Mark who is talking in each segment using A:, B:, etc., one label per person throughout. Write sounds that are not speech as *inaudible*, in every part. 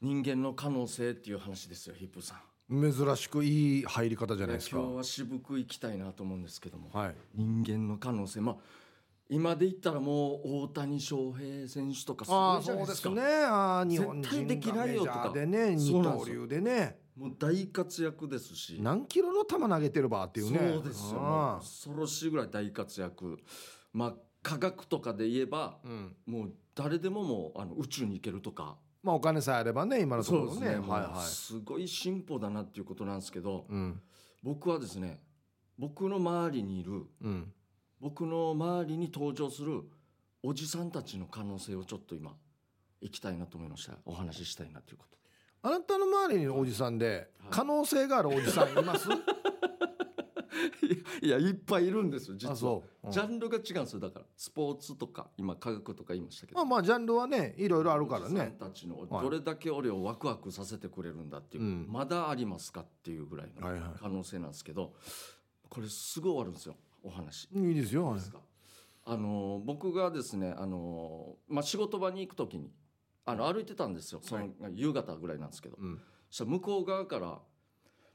A: 人間の可能性っていう話ですよヒップさん
B: 珍しくいい入り方じゃな
A: 今
B: いです
A: 日
B: か
A: は渋くいきたいなと思うんですけども、
B: はい
A: 人間の可能性まあ今で言ったらもう大谷翔平選手とかす
B: あ
A: ご
B: あ
A: いじゃ
B: そ
A: ない
B: う
A: で
B: ですす
A: か
B: ねああ日本人
A: 絶対でき
B: が
A: ない
B: メジ
A: よと
B: ャ
A: か
B: ーでね二
A: そうなんで
B: 刀
A: すよ
B: 流でね
A: もう大活躍ですし
B: 何キロの球投げてるばっていうね
A: そうですよもう
B: あ
A: 恐ろしいぐらい大活躍まあ科学とかで言えば
B: あうん
A: もう誰でももうあの宇宙に行けるとか
B: まあお金さえあればね今のところね
A: もう
B: はいは
A: すごい進歩だなっていうことなんですけど、
B: いうん
A: 僕はですね僕の周りにいる
B: うん
A: 僕の周りに登場するおじさんたちの可能性をちょっと今行きたいなと思いましたお話ししたいなということ
B: あなたの周りにいるおじさんで
A: はい
B: 可能性があるおじさんいます
A: *laughs* いやいっぱいいるんです *laughs* よ実
B: あ
A: は
B: そううん
A: ジャンルが違うんですよだからスポーツとか今科学とか言いましたけど
B: まあまあジャンルはねいろいろあるから
A: おじさん
B: ね
A: たちの
B: はい
A: どれだけ俺をワクワクさせてくれるんだっていう、
B: うん
A: まだありますかっていうぐらいの
B: はいは
A: 可能性なんですけどこれすぐ終わるんですよお話。
B: いいいですよはい
A: ですかあの僕がですねあの、まあ、仕事場に行く時にあの歩いてたんですよその、夕方ぐらいなんですけど
B: うん
A: そしたら向こう側から、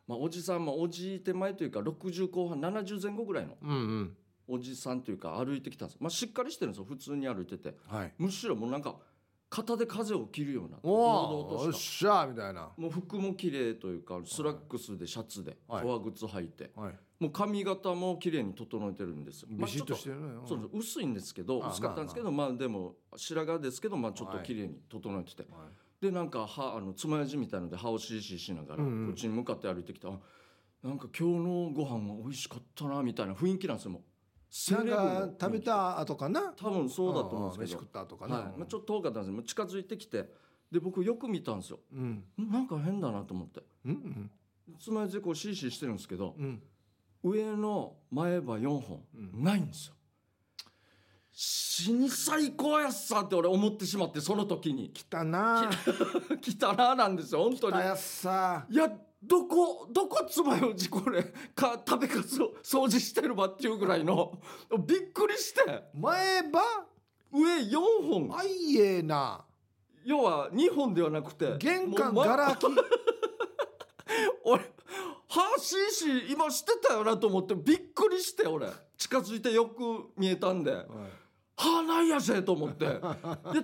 A: まあ、おじさん、まあ、おじ手前というか60後半70前後ぐらいの
B: うんうん
A: おじさんというか歩いてきたんです、まあ、しっかりしてるんですよ普通に歩いてて。
B: はい
A: むしろもうなんか肩で風を切るような
B: お
A: 堂々
B: およ
A: とし
B: っしゃーみたいな
A: たもう服も綺麗というかスラックスでシャツで
B: はい
A: 革靴履いて、
B: はい
A: もう髪型も綺麗に整えてるんですよ
B: ビシッとして
A: る、
B: るね
A: まあちょっとそうです薄いんですけど
B: ああ
A: 薄かったんですけどまあでも白髪ですけどまあちょっと綺麗に整えてて、
B: はい
A: でなんか歯あのつまようじみたいので歯をシーシーしながらこ
B: うんうん
A: っちに向かって歩いてきた、あなんか今日のご飯は美味しかったなみたいな雰囲気なんですよもうセレ
B: な
A: ブ
B: ん
A: の雰囲
B: か
A: 気
B: 食べた後かな
A: 多分そうだと思うんですけ
B: 飯
A: ど
B: 食った後かな
A: はいまあ、ちょっと遠かったんですけど近づいてきてで僕よく見たんですよ
B: うん
A: んなんか変だなと思って
B: うん
A: つまようじでこうシーシーしてるんですけど
B: う
A: *laughs*
B: んうん
A: 上の前歯4本
B: うん
A: ないんですよ、死に最高やっさって俺思ってしまってその時に *laughs*
B: 来たな
A: 来たななんですよ本当に
B: 来たやっさ
A: いやどこどこつまようじこれか食べかすを掃除してるばっていうぐらいのびっくりして
B: 前歯
A: 上4本
B: あいえな
A: 要は2本ではなくて
B: 玄関
A: もう前
B: ガラ空き
A: *laughs* 俺歯シーシー今してたよなと思ってびっくりして俺近づいてよく見えたんで歯ないやせと思ってで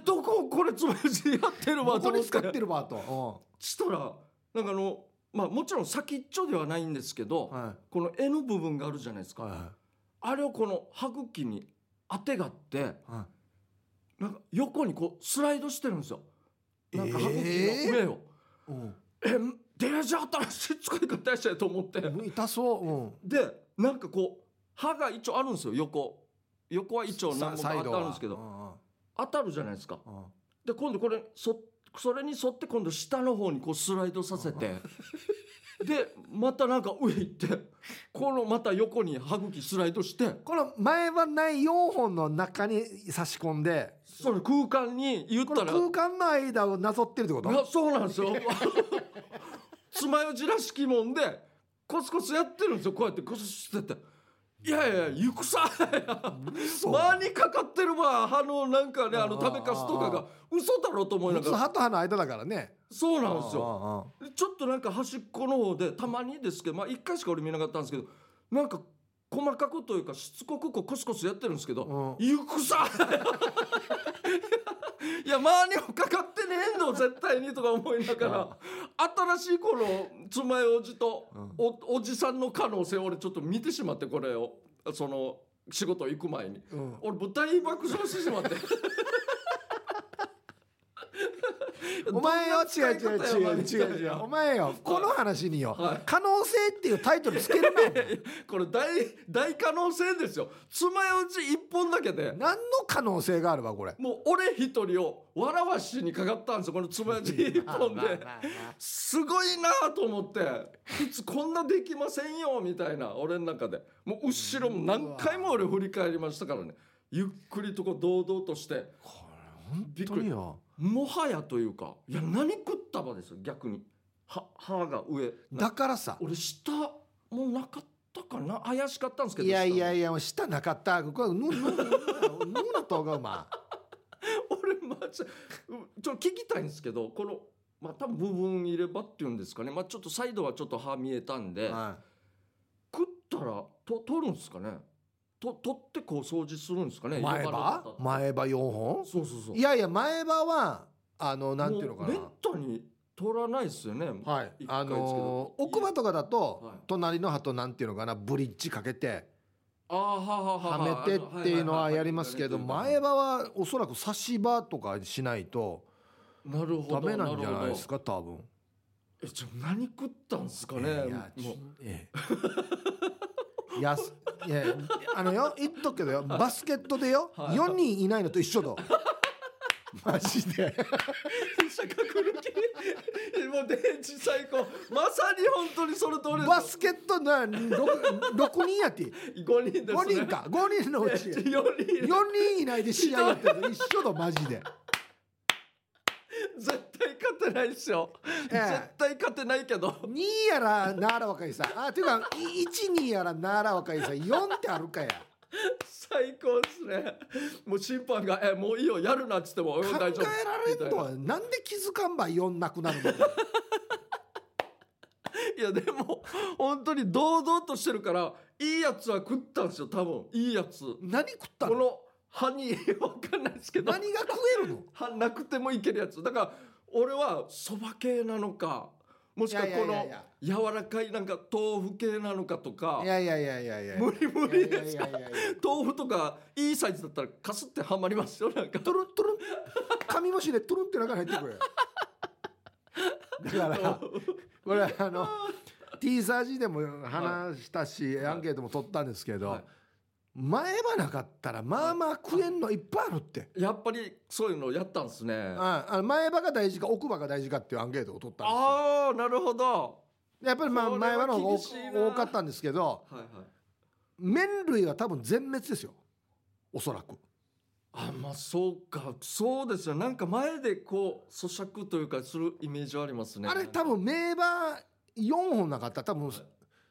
A: どここれつ *laughs* まようじやってるわ
B: ことこ
A: 思
B: に
A: っ
B: 使っててるわと
A: したらなんかあのまあもちろん先っちょではないんですけど、
B: うんは
A: この柄の部分があるじゃないです
B: い
A: か、
B: は
A: あれをこの歯茎にあてがって
B: いは
A: なんか横にこうスライドしてるんですよなんか歯茎
B: えー
A: の上を、
B: いうん
A: えデジャー新しい使い方やしたと思って。
B: 痛そ
A: でなんかこう歯が一応あるんですよ横横は一
B: う
A: 応
B: うん
A: 何本
B: サ
A: かあ
B: イ
A: っ
B: ド
A: てあ
B: は
A: るんですけ
B: う
A: ど
B: んうん
A: 当たるじゃないですか
B: うん
A: で今度これそそれに沿って今度下の方にこうスライドさせてでまたなんか上行ってこのまた横に歯茎スライドして
B: この前歯ない4本の中に差し込んで
A: その空間に言っ
B: こ
A: た
B: の
A: ら
B: 空間の間をなぞってるってこ
A: いや
B: と
A: そうなんですよ *laughs* 爪楊枝らしきもんでコツコツやってるんですよこうやってコツコツしてて。いやいやいや行くさ
B: 嘘
A: 間にかかってるわ歯のなんかねあの
B: あー
A: 食べかすとかが嘘だろと思いなが
B: 普通
A: ら
B: 歯と歯の間だからね
A: そうなんですよ
B: よ
A: でちょっとなんか端っこの方でたまにですけどまあ1回しか俺見なかったんですけどなんか細かくというかしつこくこうコスコスやってるんですけど「
B: う
A: 行くさ! 」いや間にもかかってねえんだ絶対にとか思いながら新しいこのつまようじと
B: うん
A: おおじさんの可能性を俺ちょっと見てしまってこれをその仕事行く前に。
B: うん
A: 俺もう大爆笑してしまって
B: お前よ違う違う違う違う違うお
A: う
B: 前よこの話によ、
A: はい
B: 可能性っていうタイトルつける
A: これ大大可能性ですよ爪楊枝一本だけで
B: な何の可能性があるわこれ
A: もう俺一人を笑わしにかかったんですよこの爪楊枝一本
B: まあまあ
A: で
B: まあ
A: すごいなと思っていつこんなできませんよみたいな俺の中でもう後ろも何回も俺振り返りましたからねゆっくりとこう堂々として
B: これ本当によ
A: もはやというかいや何食ったばですよ逆には歯が上
B: だからさ
A: 俺下もなかったかな怪しかったんですけど
B: いやいや
A: 下
B: いやもう舌なかったここはぬぬぬぬなとがうま
A: *laughs* 俺マジでうちょっと聞きたいんですけどこのまあ多分部分入れ歯っていうんですかね、まあ、ちょっとサイドはちょっと歯見えたんで、
B: は
A: 食ったらと取るんですかねと取ってこう掃除するんですかね
B: い、前
A: 入れの
B: 歯
A: 方
B: 前歯4本
A: そうそうそう
B: いやいや前歯はあのなんていうのか
A: もめったに取らないですよね
B: なはい
A: 一回で
B: あ
A: すけど
B: のー奥歯とかだと
A: はい
B: 隣の歯となんていうのかなブリッジかけて
A: あーはあはあはあ
B: はめてっていうのはやりますけど前
A: 歯
B: 歯はおそらく差し歯とかしないと
A: なるほど
B: ダメなんじゃないです
A: か
B: か多分。
A: えじゃあ何食ったんですかね、
B: いやち
A: もう
B: ええ *laughs* やすいやあのよ言っとくけどよバスケットでよ、
A: はい
B: 4人いないのと一
A: *laughs*
B: 緒とマジで
A: 社会る気 *laughs* もう電池最高まさに本当にその通りです
B: バスケットな 6, 六人やって
A: 五人ですね
B: 5人か5人のう
A: い
B: ち
A: や
B: 4
A: 四人
B: 人いないで試合やってるの一緒とマジで
A: *laughs* 絶対勝てないっしょ、
B: ええ
A: 絶対勝てないけど
B: 2やらなら若いさあていうか12やらなら若いさ4ってあるかや
A: 最高ですねもう審判が「えもういいよやるな」っつって *laughs* も「うん
B: 考
A: 大丈夫」
B: えられんとはなんで気づかんば4なくなるのか
A: いやでも本当に堂々としてるからいいやつは食ったんですよ多分いいやつこ
B: 何食った
A: *laughs*
B: の
A: の歯にわかんないですけど
B: 何が食え
A: *laughs*
B: るの
A: 歯なくてもいけるやつだから俺はそば系なのかもしくはい
B: やい
A: こ
B: やいや
A: の
B: いや
A: 柔らかいなんか豆腐系なのかとか
B: いやいやいやいやいや。
A: 無理無理
B: いや
A: で
B: い
A: す
B: や
A: か
B: いやいや。
A: 豆腐とかいいサイズだったらかすってはまりますよなんか
B: トゥルントゥルン。紙もしでトゥルンって中に入って
A: *laughs*
B: くる。だから、これ
A: *laughs*
B: あの、T サージでも話したし、
A: い
B: アンケートも取ったんですけど、
A: はい
B: 前歯なかったら、まあまあ食えんのいっぱいあるって。
A: やっぱりそういうのやったんですね
B: ああの前歯が大事か奥歯が大事かっていうアンケートを取ったんですよ
A: ああなるほど
B: やっぱりまあ
A: これは
B: 前歯の方が
A: 厳しいな
B: 多多かったんですけど
A: はいはい
B: 麺類は多分全滅ですよおそらく
A: あまあそうかそうですよなんか前でこう咀嚼というかするイメージはありますね
B: あれ多分名場4本なかったら多分す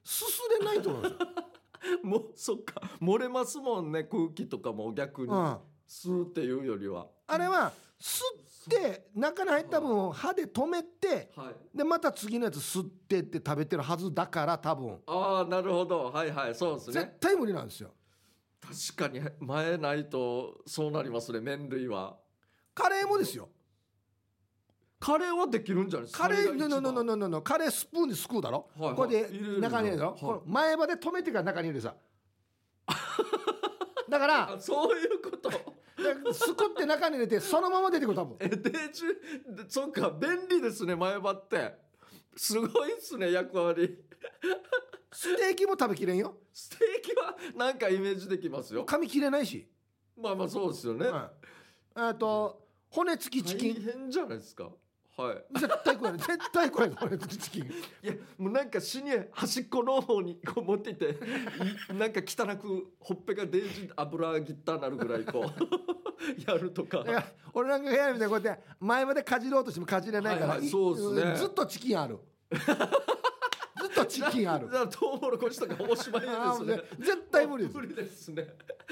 B: すすれないと思うんですよ。
A: もうそっか漏れますもんね空気とかも逆に、
B: うん、
A: 吸うっていうよりは
B: あれは吸って中に入った分を歯で止めて
A: はい
B: でまた次のやつ吸ってって食べてるはずだから多分
A: ああなるほどはいはいそうです
B: 絶
A: ね
B: 対無理なんですよ。
A: 確かに前ないとそうなりますね麺類は
B: カレーもですよ。
A: カレーはできるんじゃないですか
B: カレー
A: の
B: のののののののカレースプーンですくうだろ。
A: はいはい
B: これで
A: 入れる
B: 中に入れるだろ。
A: はい
B: この前歯で止めてから中に入れるさ。 *laughs* だから
A: あそういうこと
B: すくって中に入れてそのまま出てくる多分。
A: えでじゅそっか便利ですね前歯ってすごいっすね役割
B: ステーキも食べきれんよ。
A: ステーキはなんかイメージできますよ
B: 噛み切れないし。
A: まあまあそうですよね、
B: うん、あと骨付きチ
A: 大
B: キン
A: 変じゃないですかはい
B: 絶対食えない絶対食えない骨付きチキン
A: いやもうなんか死に端っこの方にこう持っていっていなんか汚くほっぺがデージ油ぎったなるぐらいこ
B: *laughs*
A: うやるとか
B: いや俺なんか部屋みたいにこうやって前までかじろうとしてもかじれないから、
A: はいはいそうっすね
B: んずっとチキ
A: *laughs*
B: ンあるずっとチキンある
A: じゃあトウモロコシとかおしまいで
B: あ
A: す
B: ー
A: ね
B: もうね絶対無理です
A: 無理ですね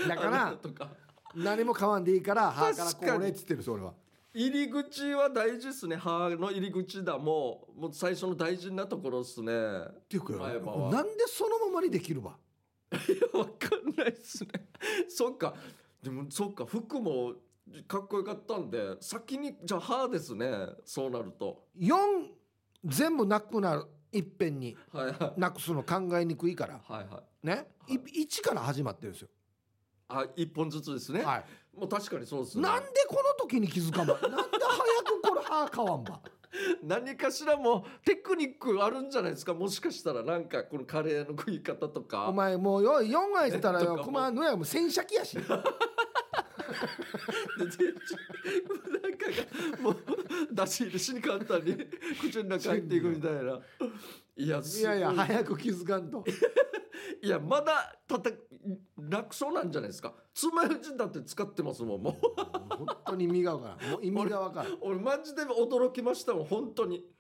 B: だか
A: あれ
B: ら
A: とか
B: 何も買わんでいいから歯からこ
A: 確か
B: う
A: に
B: ねっつってるんです俺は
A: 入り口は大事ですね歯の入り口だもうもう最初の大事なところですねい *laughs* や
B: っていうか
A: 前歯は
B: なんでそのままにできるわ
A: わかんないですねそっかでもそっか服もかっこよかったんで先にじゃあ歯ですねそうなると
B: 4全部なくなるいっぺんに
A: はいはい
B: なくすの考えにくいから
A: はいはい
B: ね、い1から始まってるんですよ、
A: あ一本ずつですね、
B: はい、
A: もう確かにそうですね
B: なんでこの時に気づかんばなんで早くこれ歯買わんば
A: 何かしらもうテクニックあるんじゃないですかもしかしたらなんかこのカレーの食い方とか
B: お前もうよ4愛したら
A: えっとか
B: よ
A: も
B: 熊野やもう洗車機
A: *laughs*
B: やし
A: で全然なんかがもう出し入れしに簡単
B: *laughs*
A: に口の中入っていくみたいないや
B: い
A: すご
B: や
A: い
B: いや早く気づかんと
A: いやまだたた楽勝なんじゃないですか爪打ちだって使ってますもんもう
B: 本当に意味がわからんもう意味がわからん
A: *laughs* 俺マジで驚きましたもん本当に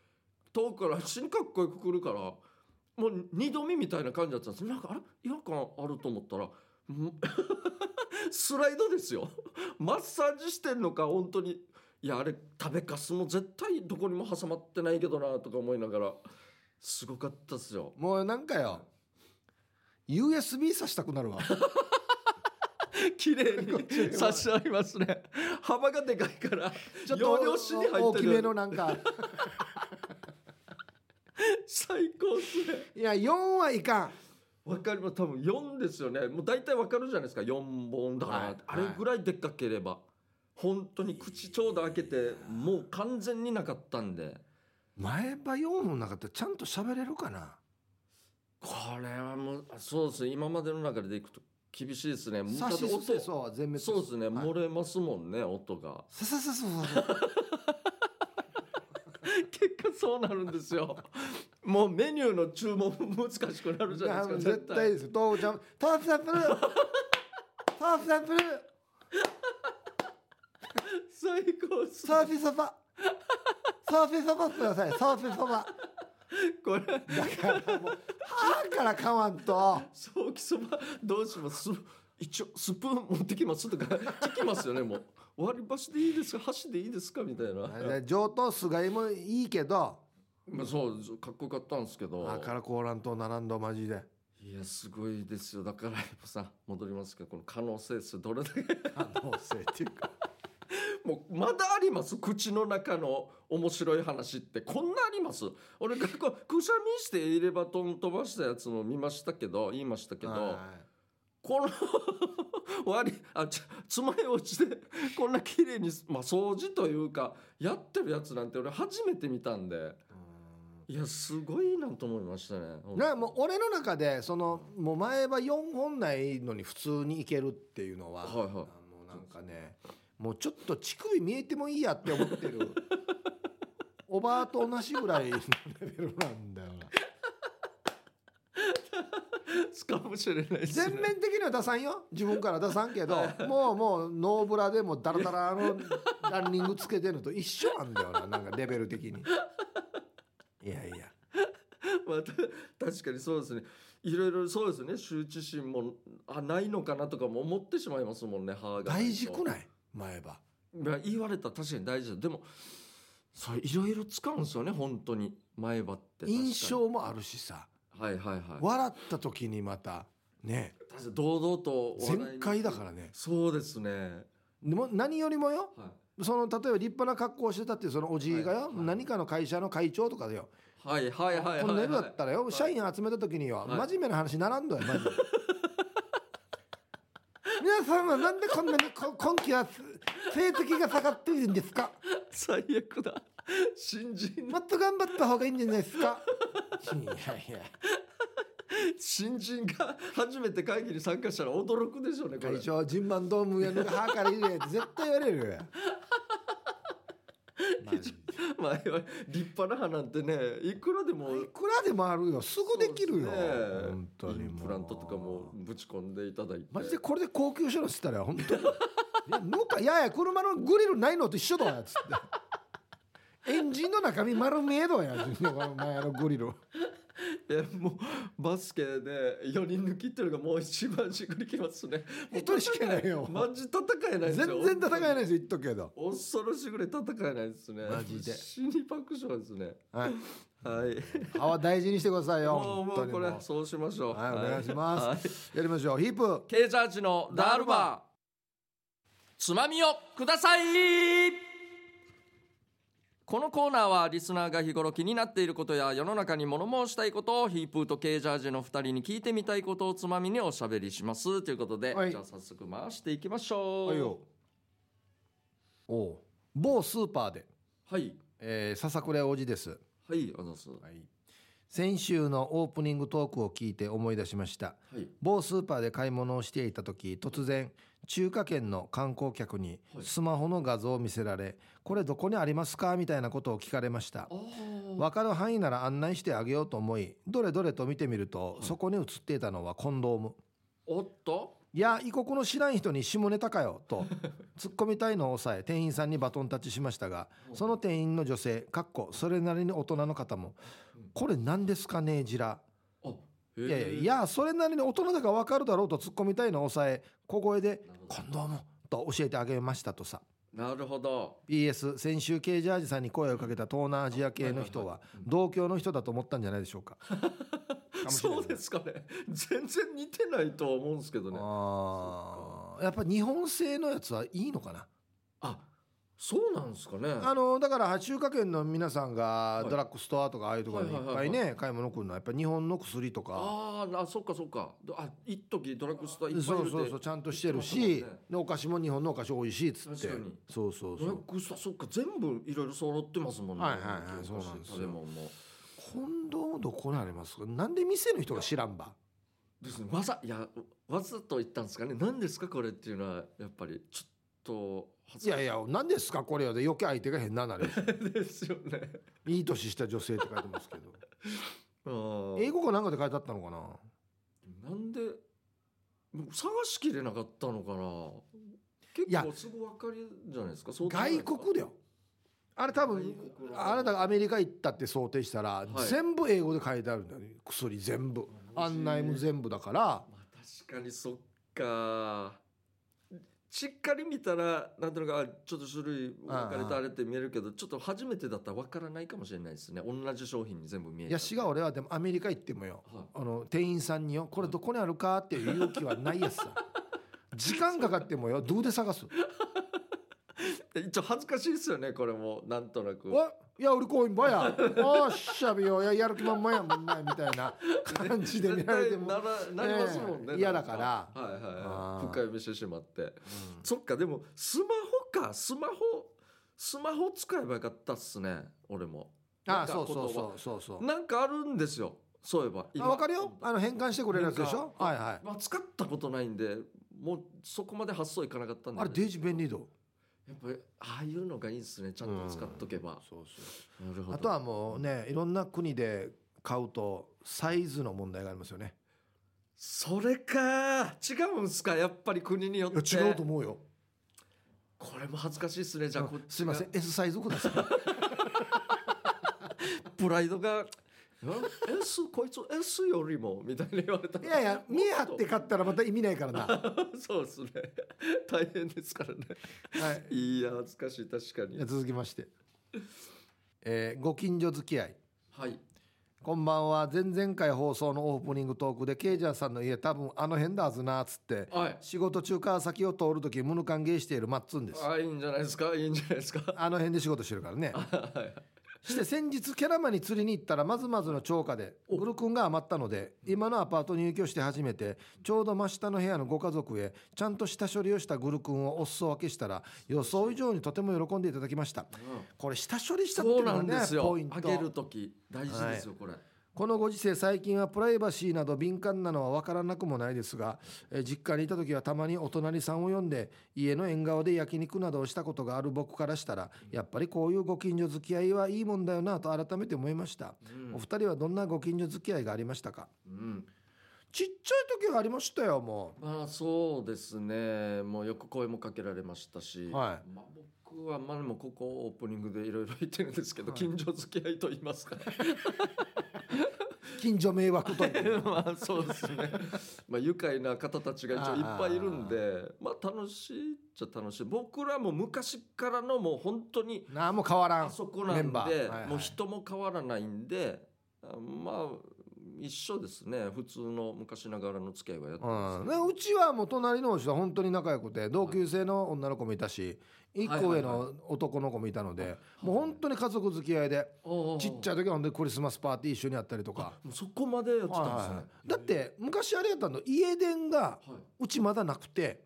A: 遠くから死にかっこよく来るからもう二度見みたいな感じだったんですなんかあれ違和感あると思った *laughs* ら *laughs* んスライドですよマッサージしてんのか本当にいやあれ食べかすも絶対どこにも挟まってないけどなとか思いながらすごかったっす
B: *laughs*
A: よ
B: もうなんかよ USB さしたく
A: *laughs*
B: なるわ
A: 綺麗に *laughs* 差し上げますね幅がでかいから
B: ちょっと
A: 容量子に入ってる
B: 大きめのなんか
A: 最高っすね
B: いや4はいかん
A: わかります多分4ですよねもう大体わかるじゃないですか4本だな、
B: はい
A: あれぐらいでっかければ本当に口ちょうど開けてもう完全になかったんで
B: 前歯4本なかったらちゃんと喋れるかな
A: これはもうそうですね今までの中でいくと厳しいですね
B: さしすせ
A: 音
B: そうは全滅
A: そうですね、
B: はい
A: 漏れますもんね音が
B: さささささ
A: *laughs*
B: さ
A: 結果そうなるんですよ *laughs* もうメニューの注文難しくなるじゃないですか
B: 絶対ですよ父ちゃんターフサンプルターフサンプル
A: 最高っす
B: サーフィサパサーフィサパくださいサーフィサパ
A: これ
B: だからもう歯からかわんと
A: 早期そばどうします一応スプーン持ってきますとか聞きますよねもう割り箸でいいですか箸でいいですかみたいな、
B: 上等菅井もいいけど
A: まあ、そうそうかっこよかったんですけど
B: あからこうらんと並んどマジで
A: いやすごいですよだからやっぱさ戻りますけどこの可能性数どれだけ *laughs*
B: 可能性っていうか
A: もうまだあります口の中の面白い話ってこんなあります俺がこうくしゃみして入れ歯とん飛ばしたやつも見ましたけど言いましたけどこの *laughs* 割りあちつまようじでこんな綺麗に、まあ、掃除というかやってるやつなんて俺初めて見たんでいやすごいなと思いましたね。
B: なもう俺の中でそのもう前歯4本ないのに普通にいけるっていうのは、
A: はいはい
B: あのなんかねもうちょっと乳首見えてもいいやって思って
A: *laughs*
B: るおばあと同じぐらいのレベルなんだよな
A: かもしれないです
B: 全
A: ね。
B: 面的には出さんよ自分から出さんけどもうもうノーブラでもダラダラのランニングつけてるのと一緒なんだよななんかレベル的にいやいや
A: *laughs* まあた確かにそうですねいろいろそうですね羞恥心もあないのかなとかも思ってしまいますもんね歯が
B: 大事く
A: ない
B: ない前歯
A: とまあ言われたら確かに大事だでもそれいろいろ使うんですよね本当に前歯って確かに
B: 印象もあるしさ
A: はいはいはい
B: 笑った時にまたね
A: 確かに堂々とお笑いに
B: 全開だからね
A: そうですね
B: でも何よりもよ
A: は
B: その例えば立派な格好をしてたっていうそのおじいが
A: は
B: よ、
A: いはい
B: 何かの会社の会長とかでよ、
A: いはいはいはい
B: こ
A: は
B: の
A: い
B: ネルだったらよ、
A: はい
B: 社員集めた時によ、
A: はい
B: 真面目な話ならんのよマジで *laughs* 皆さんはなんでこんなにこ今期は成績が下がってるんですか
A: 最悪だ新人
B: もっと頑張った方がいいんじゃないですかいやいや
A: 新人が初めて会議に参加したら驚くでしょうねこれ
B: 会長人万ドームやのが歯から入れって絶対言
A: *laughs*
B: われるよマジで
A: まあ立派な歯なんてねいくらでも
B: いくらでもあるよすぐできるよ、
A: そうですね
B: 本当に
A: イ
B: もう
A: ンプラントとかもぶち込んでいただいて
B: マジでこれで高級車乗ってたら本当に *laughs* いやなんかやや車のグリルないのと一緒だわつって *laughs* エンジンの中身丸見えだわやつってこの前のグリル
A: えもうバスケで4人抜きっていうのがもう一番しっくりきますねもう
B: 一人しかいないよ
A: マジ戦えないで
B: 全
A: すよ
B: 然戦えないですよ言っとくけど
A: 恐ろしいぐらい戦えないですね
B: マジで
A: 死に爆笑ですね
B: はい
A: はい
B: 歯は大事にしてくださいよ
A: *laughs* もう
B: 本
A: も
B: 当
A: う
B: に
A: こ
B: もう
A: れそうしましょう
B: はいお願いします
A: はい
B: やりましょうヒープ
A: ケージャージのダールバーつまみをくださいこのコーナーはリスナーが日頃気になっていることや世の中に物申したいことをヒープーとケージャージの2人に聞いてみたいことをつまみにおしゃべりしますということで、
B: はい
A: じゃあ早速回していきましょう
B: はいよおう某スーパーで、
A: はい
B: えー、笹倉王子です
A: はいあざっすは
B: はい先週のオープニングトークを聞いて思い出しました
A: い
B: 某スーパーで買い物をしていた時突然中華圏の観光客に
A: はい
B: スマホの画像を見せられ「これどこにありますか?」みたいなことを聞かれました
A: あー
B: 分かる範囲なら案内してあげようと思いどれどれと見てみると
A: はい
B: そこに映っていたのはコンドーム
A: おっと
B: 「いや異国の知らん人に下ネタかよ」
A: *laughs*
B: と突っ込みたいのを抑え店員さんにバトンタッチしましたがその店員の女性かっこそれなりに大人の方も「これ何ですかねジラ」
A: あ
B: いやいや、い
A: や
B: や、それなりに大人だから分かるだろうと突っ込みたいのを抑え、小声で、今度も、と教えてあげましたとさ。
A: なるほど
B: PS 先週 K ジャージさんに声をかけた東南アジア系の人は同郷の人だと思ったんじゃないで
A: *laughs*
B: しょうかかもしれない
A: そうですかね全然似てないとは思うんですけどね
B: あーやっぱ日本製のやつはいいのかな
A: あそうなんですかね
B: あのだから中華圏の皆さんが
A: い
B: ドラッグストアとかああいうところにいっぱいね買い物来るのはやっぱ日本の薬とか
A: あーあそっかそっかどあ一時ドラッグストアいっぱい
B: そう
A: 入
B: そう
A: れ
B: そう
A: て
B: ちゃんとしてる
A: 言って
B: し
A: ましたもんね
B: でお菓子も日本のお菓子美味しいっつって
A: 確かに
B: そうそうそ
A: ドラッ
B: う
A: グストアそっか全部いろいろ揃ってますもんね
B: はいはいはいそうなんですよ
A: 食べ物も
B: 今度どこにありますかなんで店の人が知らんば
A: ですねわざいやわざと言ったんですかね何ですかこれっていうのはやっぱりちょっと恥
B: いやいや何ですかこれよで余計相手が変ななる
A: ですよね
B: いい年した女性って書いてますけ
A: *laughs*
B: ど英
A: 英
B: 語かなんかで書いてあったのかな
A: なんでもう探しきれなかったのか
B: い
A: な
B: や
A: 結構すぐ分かるじゃないですかそうでもないで
B: 外
A: すか
B: 国だよあれ多分
A: 外国の
B: あなたがアメリカ行ったって想定したら、
A: い
B: 全部英語で書いてあるんだよね薬全部案内も全部だから
A: まあ、確かにそっかしっかり見たらなんとなくあちょっと種類分かれ
B: ああ
A: たあれって見えるけどちょっと初めてだったら分からないかもしれないですね同じ商品に全部見え
B: い
A: ちゃ
B: や
A: う
B: しが俺はでもアメリカ行ってもよ
A: はい
B: あの店員さんによこれどこにあるかっていう勇気はないやつさ時間かかってもよどうで探す
A: で一応恥ずかしいですよねこれもなんとなく
B: おいや俺こういうんばやおっしゃびよいややる気満々やもんねみたいな感じで見られて
A: 絶
B: も
A: 対ならなりますもんね
B: ええ嫌
A: な
B: だ
A: ん
B: から
A: はいはい
B: あ
A: は
B: あ
A: い深読みしてしまって、そっかでもスマホかスマホスマホ使えばよかったっすね俺も
B: あ
A: な
B: あ
A: んか
B: そうそ
A: 言
B: う
A: 葉
B: そうそうそう
A: なんかあるんですよそういえば
B: あわかるよあの変換してくれるやつでしょ
A: 変換
B: はいはい
A: まあ、使ったことないんでもうそこまで発想いかなかったんで
B: あれデージ便利だ
A: やっぱりああいうのがいいんですねちゃんと使っとけば、
B: そうそう
A: なるほど
B: あとはもうねいろんな国で買うとサイズの問題がありますよね
A: それか違うんすかやっぱり国によって
B: いや違うと思うよ
A: これも恥ずかしいですねじゃあこっちが
B: すいません S サイズください
A: プライドが *laughs* 「え S こいつ S よりも」みたいに言われたら
B: いやいや見え張って買ったらまた意味ないからな、は
A: *laughs* そうですね大変ですからね
B: い、
A: いや恥ずかしい確か
B: じゃあ
A: に
B: 続きまして、えーご近所付き合い
A: はい
B: こんばんは前々回放送のオープニングトークでケイジャーさんの家多分あの辺だはずなっつって
A: はい
B: 仕事中川崎を通る時無の歓迎しているマッツンです
A: あいいんじゃないですかいいんじゃないですか *laughs*
B: あの辺で仕事してるからねして先日キャラマに釣りに行ったらまずまずの超過で
A: お
B: グル君が余ったので今のアパート入居して初めてちょうど真下の部屋のご家族へちゃんと下処理をしたグル君をお裾分けしたら予想以上にとても喜んでいただきましたこれ下処理したってい
A: そううな
B: の
A: んで
B: がね
A: すよ
B: ポイン
A: あげる
B: ト
A: 時大事ですよこれ
B: このご時世最近はプライバシーなど敏感なのは分からなくもないですがえー実家にいた時はたまにお隣さんを呼んで家の縁側で焼肉などをしたことがある僕からしたらやっぱりこういうご近所付き合いはいいもんだよなと改めて思いました
A: うん
B: お二人はどんなご近所付き合いがありましたか
A: うん
B: ちっちゃい時はありましたよも
A: まあそうですねもうよく声もかけられましたし、
B: は
A: まあ、僕はまあでもここオープニングでいろいろ言ってるんですけど、
B: はい
A: 近所付き合いと言います
B: *laughs*
A: か *laughs*
B: う近所迷惑と
A: まあそうですねまあ愉快な方たちが一応いっぱいいるんでまあ楽しいっちゃ楽しい僕らも昔からのもう本当に
B: なあもう変わらん
A: あそこなん
B: メン
A: で、
B: バーはいはい
A: もう人も変わらないんであまあ一緒ですね普通の昔ながらの付き合いはやってます
B: う
A: ね
B: ん、でうちはもう隣の人は本当に仲良くて同級生の女の子もいたし一
A: はい
B: 個
A: は
B: 上
A: いはい
B: の男の子もいたのでもう本当に家族付き合いで
A: おうおう
B: ちっちゃい時はほんでクリスマスパーティー一緒にやったりとか
A: もうそこまでやってたんですね、
B: はいはいだって昔あれやったの家電が
A: はい、
B: うちまだなくて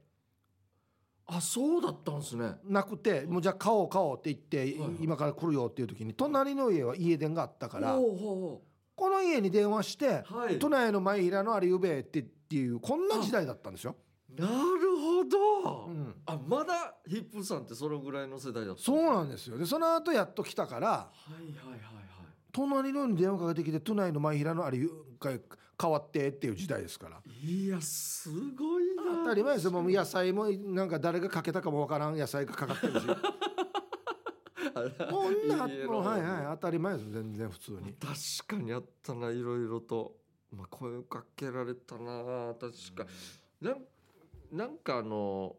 A: あそうだったんですね
B: なくてもうじゃあ買おう買おうって言って
A: はいはい
B: 今から来るよっていう時に隣の家は家電があったから
A: おうお
B: この家に電話して
A: うおうはい
B: 都内の前平のあれゆべってっていうこんな時代だったんですよ。
A: なるほど、
B: うん
A: あまだヒップさんってそのぐらいの世代だった
B: そうなんんですよでその後やっと来たから
A: はいはいはいはい
B: 隣のに電話かけてきて都内の前平のあれが変わってっていう時代ですから
A: いやすごいな
B: 当たり前ですよもう野菜もなんか誰がかけたかもわからん野菜がかかって
A: *laughs*
B: るしこんなもうはいはい当たり前ですよ全然普通に
A: い確かにあったないろいろと、まあ、声かけられたな確かなんなんかあの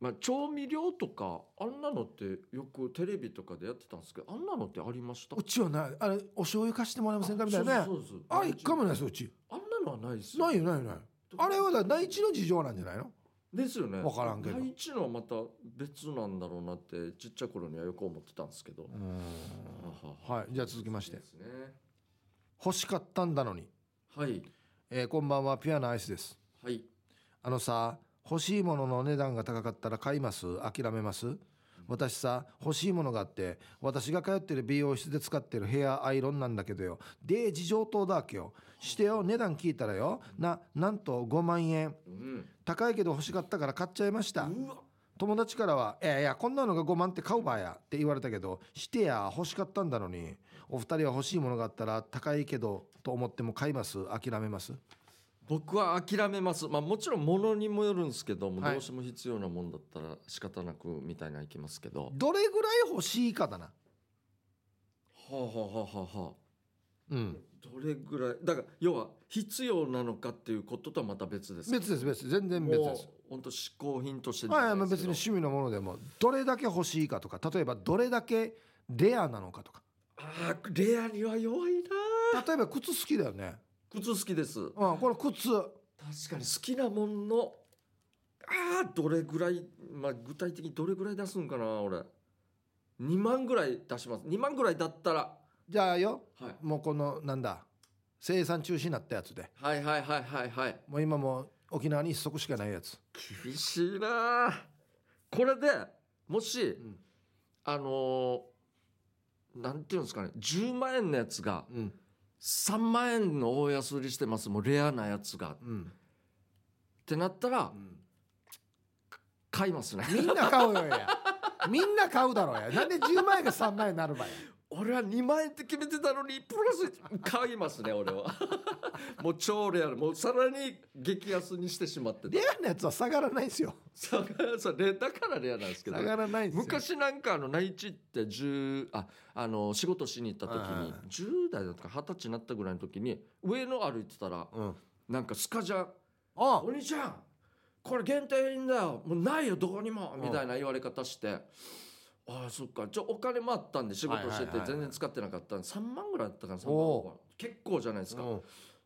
A: まあ、調味料とかあんなのってよくテレビとかでやってたんですけどあんなのってありました
B: うちはなあれお醤油貸してもらえませんかみたいなね
A: そうそうそう
B: あ一回もないです
A: よ
B: うち
A: あんなのはないですよ
B: ないよないよないあれはだから第一の事情なんじゃないの
A: ですよね
B: わからんけど
A: 第一のはまた別なんだろうなってちっちゃい頃にはよく思ってたんですけど
B: はいじゃあ続きまして
A: ですね
B: 欲しかったんだのに、
A: はい
B: えーこんばんはピュアなアイスです
A: はい
B: あのさ欲しいものの値段が高かったら買います諦めます私さ欲しいものがあって私が通ってる美容室で使ってるヘアアイロンなんだけどよで事情灯だわけよしてよ値段聞いたらよななんと5万円
A: うん
B: 高いけど欲しかったから買っちゃいました
A: うわ
B: 友達からは「いやいやこんなのが5万って買うばや」って言われたけどしてや欲しかったんだのにお二人は欲しいものがあったら高いけどと思っても買います諦めます
A: 僕は諦めますまあもちろん物にもよるんですけども
B: はい
A: どうしても必要なもんだったら仕方なくみたいな行きますけど、は
B: どれぐらい欲しいかだな
A: あ、はあはあはあはあ
B: うん
A: どれぐらいだから要は必要なのかっていうこととはまた別です
B: 別です別全然別です
A: もう本当嗜好品としてじゃ
B: はい
A: な
B: はいいま
A: で
B: あ
A: す
B: 別に
A: けど
B: 趣味のものでもどれだけ欲しいかとか例えばどれだけレアなのかとか
A: あーレアには弱いな
B: 例えば靴好きだよね
A: 靴好きです
B: うんこれ靴
A: 確かに好きなもんのああどれぐらいまあ具体的にどれぐらい出すんかな俺2万ぐらい出します2万ぐらいだったら、
B: じゃあよ
A: はい、
B: もうこのなんだ生産中止になったやつで
A: はいはいはいはいはい
B: もう今もう沖縄に一足しかないやつ
A: 厳しいなあこれでもし、
B: ん
A: あのーなんていうんですかね10万円のやつが
B: うん
A: 3万円の大安売りしてますもうレアなやつがっ
B: うん
A: てなったら買いますね
B: みんな買うよや。みんな買うだろうや。なんで10万円が3万円になるばや。
A: 俺は2万円って決めてたのにプラス買いますね俺 *laughs* はもう超レアルもうさらに激安にしてしまって
B: レアなやつは下がらないですよ。
A: さそうレだからレアなんですけど
B: 下がらないですよ。
A: 昔なんかあの内地って10ああの仕事しに行った時
B: はいはい
A: に
B: はい
A: 10代だとか二十歳になったぐらいの時に上野歩いてたら
B: うん。
A: なんかスカジャン「
B: あ
A: お兄ちゃんこれ限定品だよもうないよどこにも」
B: うん
A: みたいな言われ方して「ああそっかちょお金もあったんで仕事して
B: はいはいはい
A: て
B: はい
A: 全然使ってなかったんで3万ぐらいだったから3
B: お
A: 万
B: う
A: ぐらい結構じゃないですか
B: う
A: 「
B: ん。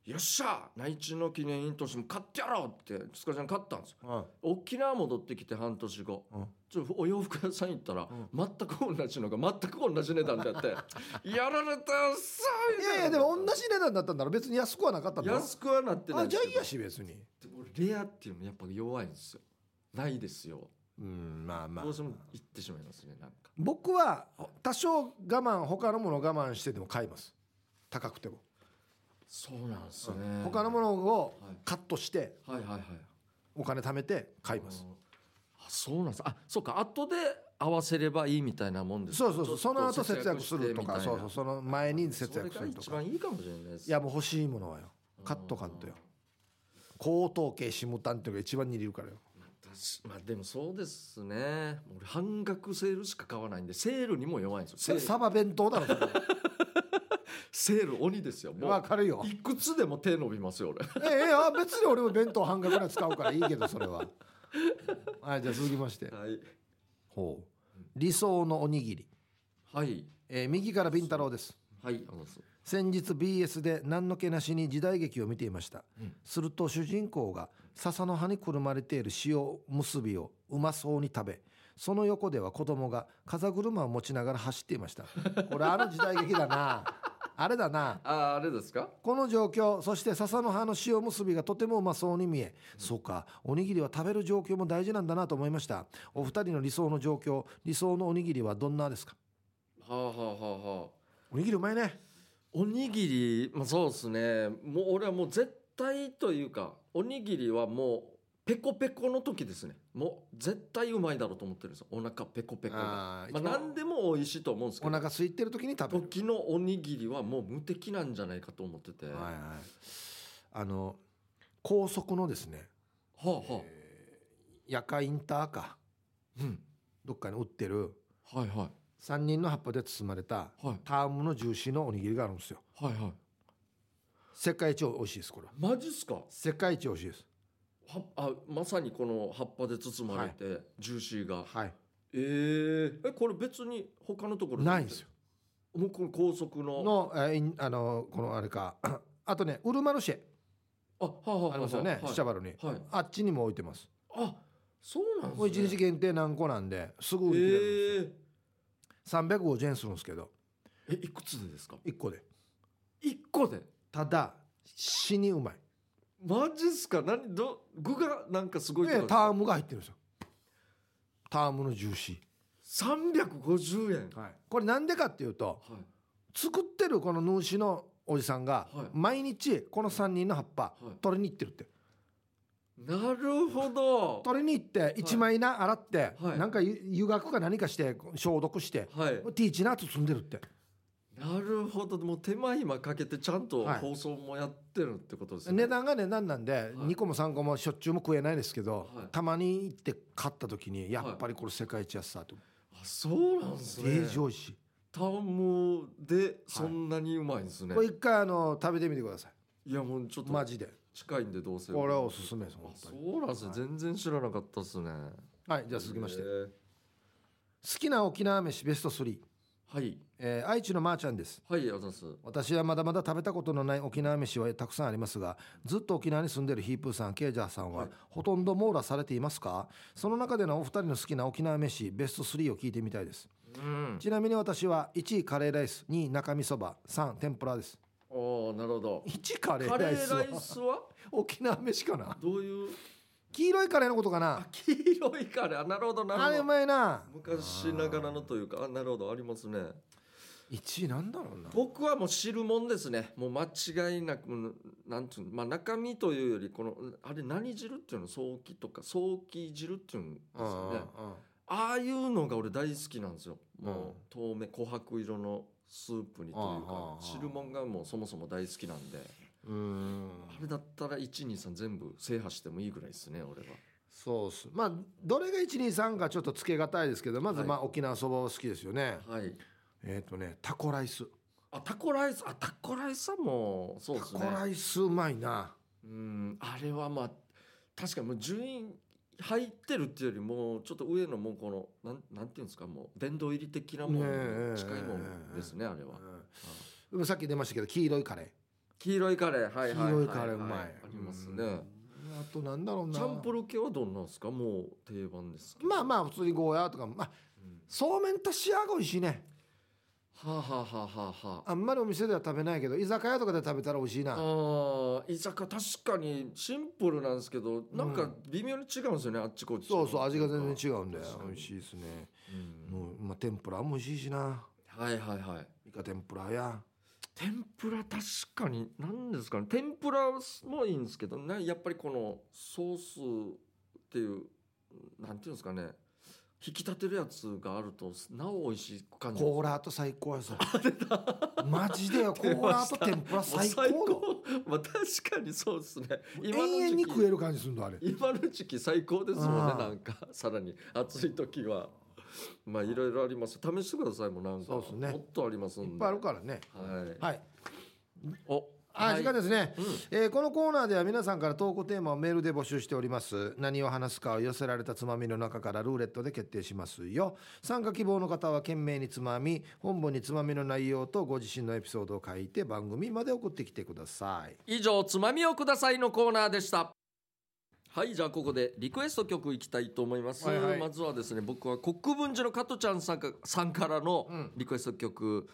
A: よっしゃ内地の記念品としても買ってやろう!」ってスカジャン買ったんですよ
B: うん。
A: 沖縄戻ってきて半年後
B: うん
A: ちょっとお洋服屋さん行ったら、全く同じのが全く同じ値段で
B: *laughs*
A: あってやられたさ
B: いやいやでも同じ値段だったんだろ別に安くはなかったんだろ
A: 安くはなってない
B: あ
A: んで
B: じゃ
A: す
B: あ
A: け
B: いい
A: ど
B: やし別に
A: でもレアっていうのやっぱ弱いんですよないですよ
B: うんまあまあ
A: どうしても行ってしまいますねなんか
B: 僕は多少我慢他のものを我慢してでも買います高くても、
A: そうなんですね、
B: 他のものを
A: はい
B: カットして
A: はいはいはい
B: お金貯めて買います、
A: あそうなんですあそうか後で合わせればいいみたいなもんです
B: そうそうそう
A: ちょ
B: そ
A: っと
B: の後節約す
A: して
B: ると
A: みたい
B: か
A: な
B: そうそうその前に節約す
A: それ
B: る
A: が
B: と
A: 一
B: か
A: 番いいかもしれないです
B: いやもう欲しいものはよ買っとかんとよ高等系下端っていうのが一番にいるからよ
A: 私まあでもそうですね俺半額セールしか買わないんでセールにも弱いんです
B: そ
A: よ
B: れ
A: セー
B: サ
A: ル
B: バ弁当だろそ
A: *laughs* セール鬼ですよ
B: れ
A: も
B: わ
A: う
B: かるよ
A: いくつでも手伸びますよ俺
B: ええあ別に俺も弁当半額ぐらい使うからいいけどそれははいじゃあ続きまして
A: はい
B: ほう理想のおにぎり、
A: はい
B: えー右からビン太郎です
A: はいあのそう
B: 先日 BS で何の気なしに時代劇を見ていました、
A: うん
B: すると主人公が笹の葉にくるまれている塩結びをうまそうに食べその横では子供が風車を持ちながら走っていましたこれあの時代劇だな *laughs* あれだな
A: あああれですか
B: この状況そして笹の葉の塩結びがとてもうまそうに見え、そうかおにぎりは食べる状況も大事なんだなと思いましたお二人の理想の状況理想のおにぎりはどんなですか
A: はあはあはあはあ
B: おにぎりうまいね
A: おにぎりまあそうですねもう俺はもう絶対というかおにぎりはもうペコペコの時ですねもう絶対うまいだろうと思ってるんですよお腹ペコペコが
B: あー
A: まあ
B: 一番
A: 何でも美味しいと思うんですけ
B: お
A: ど
B: 腹空いてる時に食べる
A: 時のおにぎりはもう無敵なんじゃないかと思ってて、
B: はい
A: は
B: はい、あの高速のですね、
A: あは
B: 夜間インターか
A: あ、うん
B: どっかに売ってる
A: はいは
B: 3人の葉っぱで包まれた
A: いはい
B: タームのジューシーのおにぎりがあるんですよ
A: はいはい
B: 世界一美味しいですこれは
A: マジっすか
B: 世界一美味しいです
A: はあまさにこの葉っぱで包まれて、ジューシーが
B: はい
A: えー、えこれ別に他のところ
B: ないんですよ
A: もうこの高速の
B: のえーいんあのこのあれか *clears throat* あとねウルマルシェ
A: あはあはあは
B: ありますよね
A: はい
B: シャバルに
A: はい
B: あっちにも置いてます
A: あそうなん
B: もう
A: です
B: 1日
A: ね
B: 限定何個なんですぐ売り切れるんですよ
A: え
B: 350円するんですけど
A: ー、えいくつでですか
B: 1個で
A: 一個で
B: ただ死にうまい
A: マジっすか何ど具がなんかすごい
B: いやタームが入ってるんですよタームのジューシ
A: 三百五十円
B: ー、これなんでかっていうと
A: はい
B: 作ってるこのヌーシのおじさんが
A: はい
B: 毎日この3人の葉っぱ
A: はい
B: 取りに行ってるって
A: なるほど
B: 取りに行って一枚な洗って
A: はい
B: なんかゆ湯がくか何かして消毒して
A: はい
B: ティーチナー包んでるって
A: なるほどもう手間暇かけてちゃんと
B: はい
A: 放送もやってるってことですね、
B: 値段が値段なんで2個も3個もしょっちゅうも食えないですけど
A: はい
B: たまに行って買った時にやっぱりこれ世界一安さと
A: あそうなんですね
B: 平常し
A: タンムでそんなにうまいんですね、
B: これ
A: い、
B: 一回あの食べてみてください
A: やもうちょっと
B: マジで
A: 近いんでどうせ
B: これはおすすめです
A: あ
B: 本当に
A: そうなんですね、
B: はい
A: 全然知らなかったですね
B: はいじゃあ続きまして
A: え
B: 好きな沖縄飯ベスト3、
A: ーはい
B: えー愛知のまーちゃんです
A: はいあざっす
B: 私はまだまだ食べたことのない沖縄飯はたくさんありますがずっと沖縄に住んでるヒープーさんケイジャーさんは、
A: はい
B: ほとんど網羅されていますかその中でのお二人の好きな沖縄飯ベスト3を聞いてみたいです
A: うん
B: ちなみに私は1位カレーライス2位中身そば3天ぷらです
A: ああなるほど
B: 1位カレー
A: カレ
B: ライス
A: ー
B: は
A: ライスは
B: 沖縄飯かな
A: どういう
B: 黄色いカレーのことかな
A: あ黄色いカレーあなるほどなるほ
B: あ
A: ど
B: れうまいな
A: 昔ながらのというかあなるほどありますね
B: 1位なんだろうな
A: 僕はもう汁もんですねもう間違いなくうんなんていうの、まあ、中身というよりこのあれ何汁っていうの早期とか早期汁っていうんですよね
B: うんうんうん
A: ああいうのが俺大好きなんですよも
B: うん
A: う透明琥珀色のスープにという
B: ああああ
A: か
B: ああ
A: 汁もんがもうそもそも大好きなんで
B: うーん
A: あれだったら123全部制覇してもいいぐらいですね俺は
B: そうっすまあどれが123かちょっとつけがたいですけどまず
A: はい
B: まあ沖縄そばは好きですよね、
A: はい
B: えっ、とねタコライス、
A: あタコライスあタコライスはもうそう
B: タ
A: ですね
B: コライスうまいな
A: うんあれはまあ確かにもう順位入ってるっていうよりもちょっと上のもうこのなんなんていうんですかもう殿堂入り的なものに近いもんですねあれは、
B: でもさっき出ましたけど黄色いカレ
A: 黄色いカレー
B: ー、
A: はいはいは
B: 黄色いカレーうまい、
A: あります
B: う
A: ね
B: んあとなんだろうな
A: チャンプルー系はどんなんですかもう定番ですけど
B: まあまあ普通にゴーヤーとかもまあ
A: うん
B: そうめん足しやが美味しいね
A: はあ、はあはあはあはあ
B: あんまりお店では食べないけど居酒屋とかで食べたら美味しい
A: あ
B: な
A: ー居酒屋確かにシンプルなんですけどなんか微妙に違うんですよね、あっちこっち
B: そうそう味が全然違うんで
A: 確かに
B: 美味しいですね、
A: うん
B: もうまあ、天ぷらも美味しいしな
A: はいはいはい
B: イカ天ぷらや
A: 天ぷら確かに何ですかね天ぷらもいいんですけどなやっぱりこのソースっていうなんていうんですかね引き立てるやつがあるとなお美味しく感じ
B: コーラと最高やさマジでよコーラと天ぷら最高だ
A: もう最高まあ確かにそうですね今
B: 永遠に
A: の
B: 食え
A: 時期
B: る感じするんだあれ
A: 今の時期最高ですもん
B: あ
A: ね
B: ー
A: なんかさらに暑い時はまあいろいろあります試してくださいもうなんか
B: そうっすね
A: もっとありますんで
B: いっぱいあるからね
A: はい、
B: はい
A: お
B: あ時間ですね、
A: うん
B: えーこのコーナーでは皆さんから投稿テーマをメールで募集しております何を話すかを寄せられたつまみの中からルーレットで決定しますよ参加希望の方は懸命につまみ本文につまみの内容とご自身のエピソードを書いて番組まで送ってきてください
A: 以上「つまみをください」のコーナーでしたはいじゃあここでリクエスト曲いきたいと思います、
B: はいはい
A: まずはですね僕は国分寺の加トちゃんさんかさんからの
B: うん
A: リクエスト曲、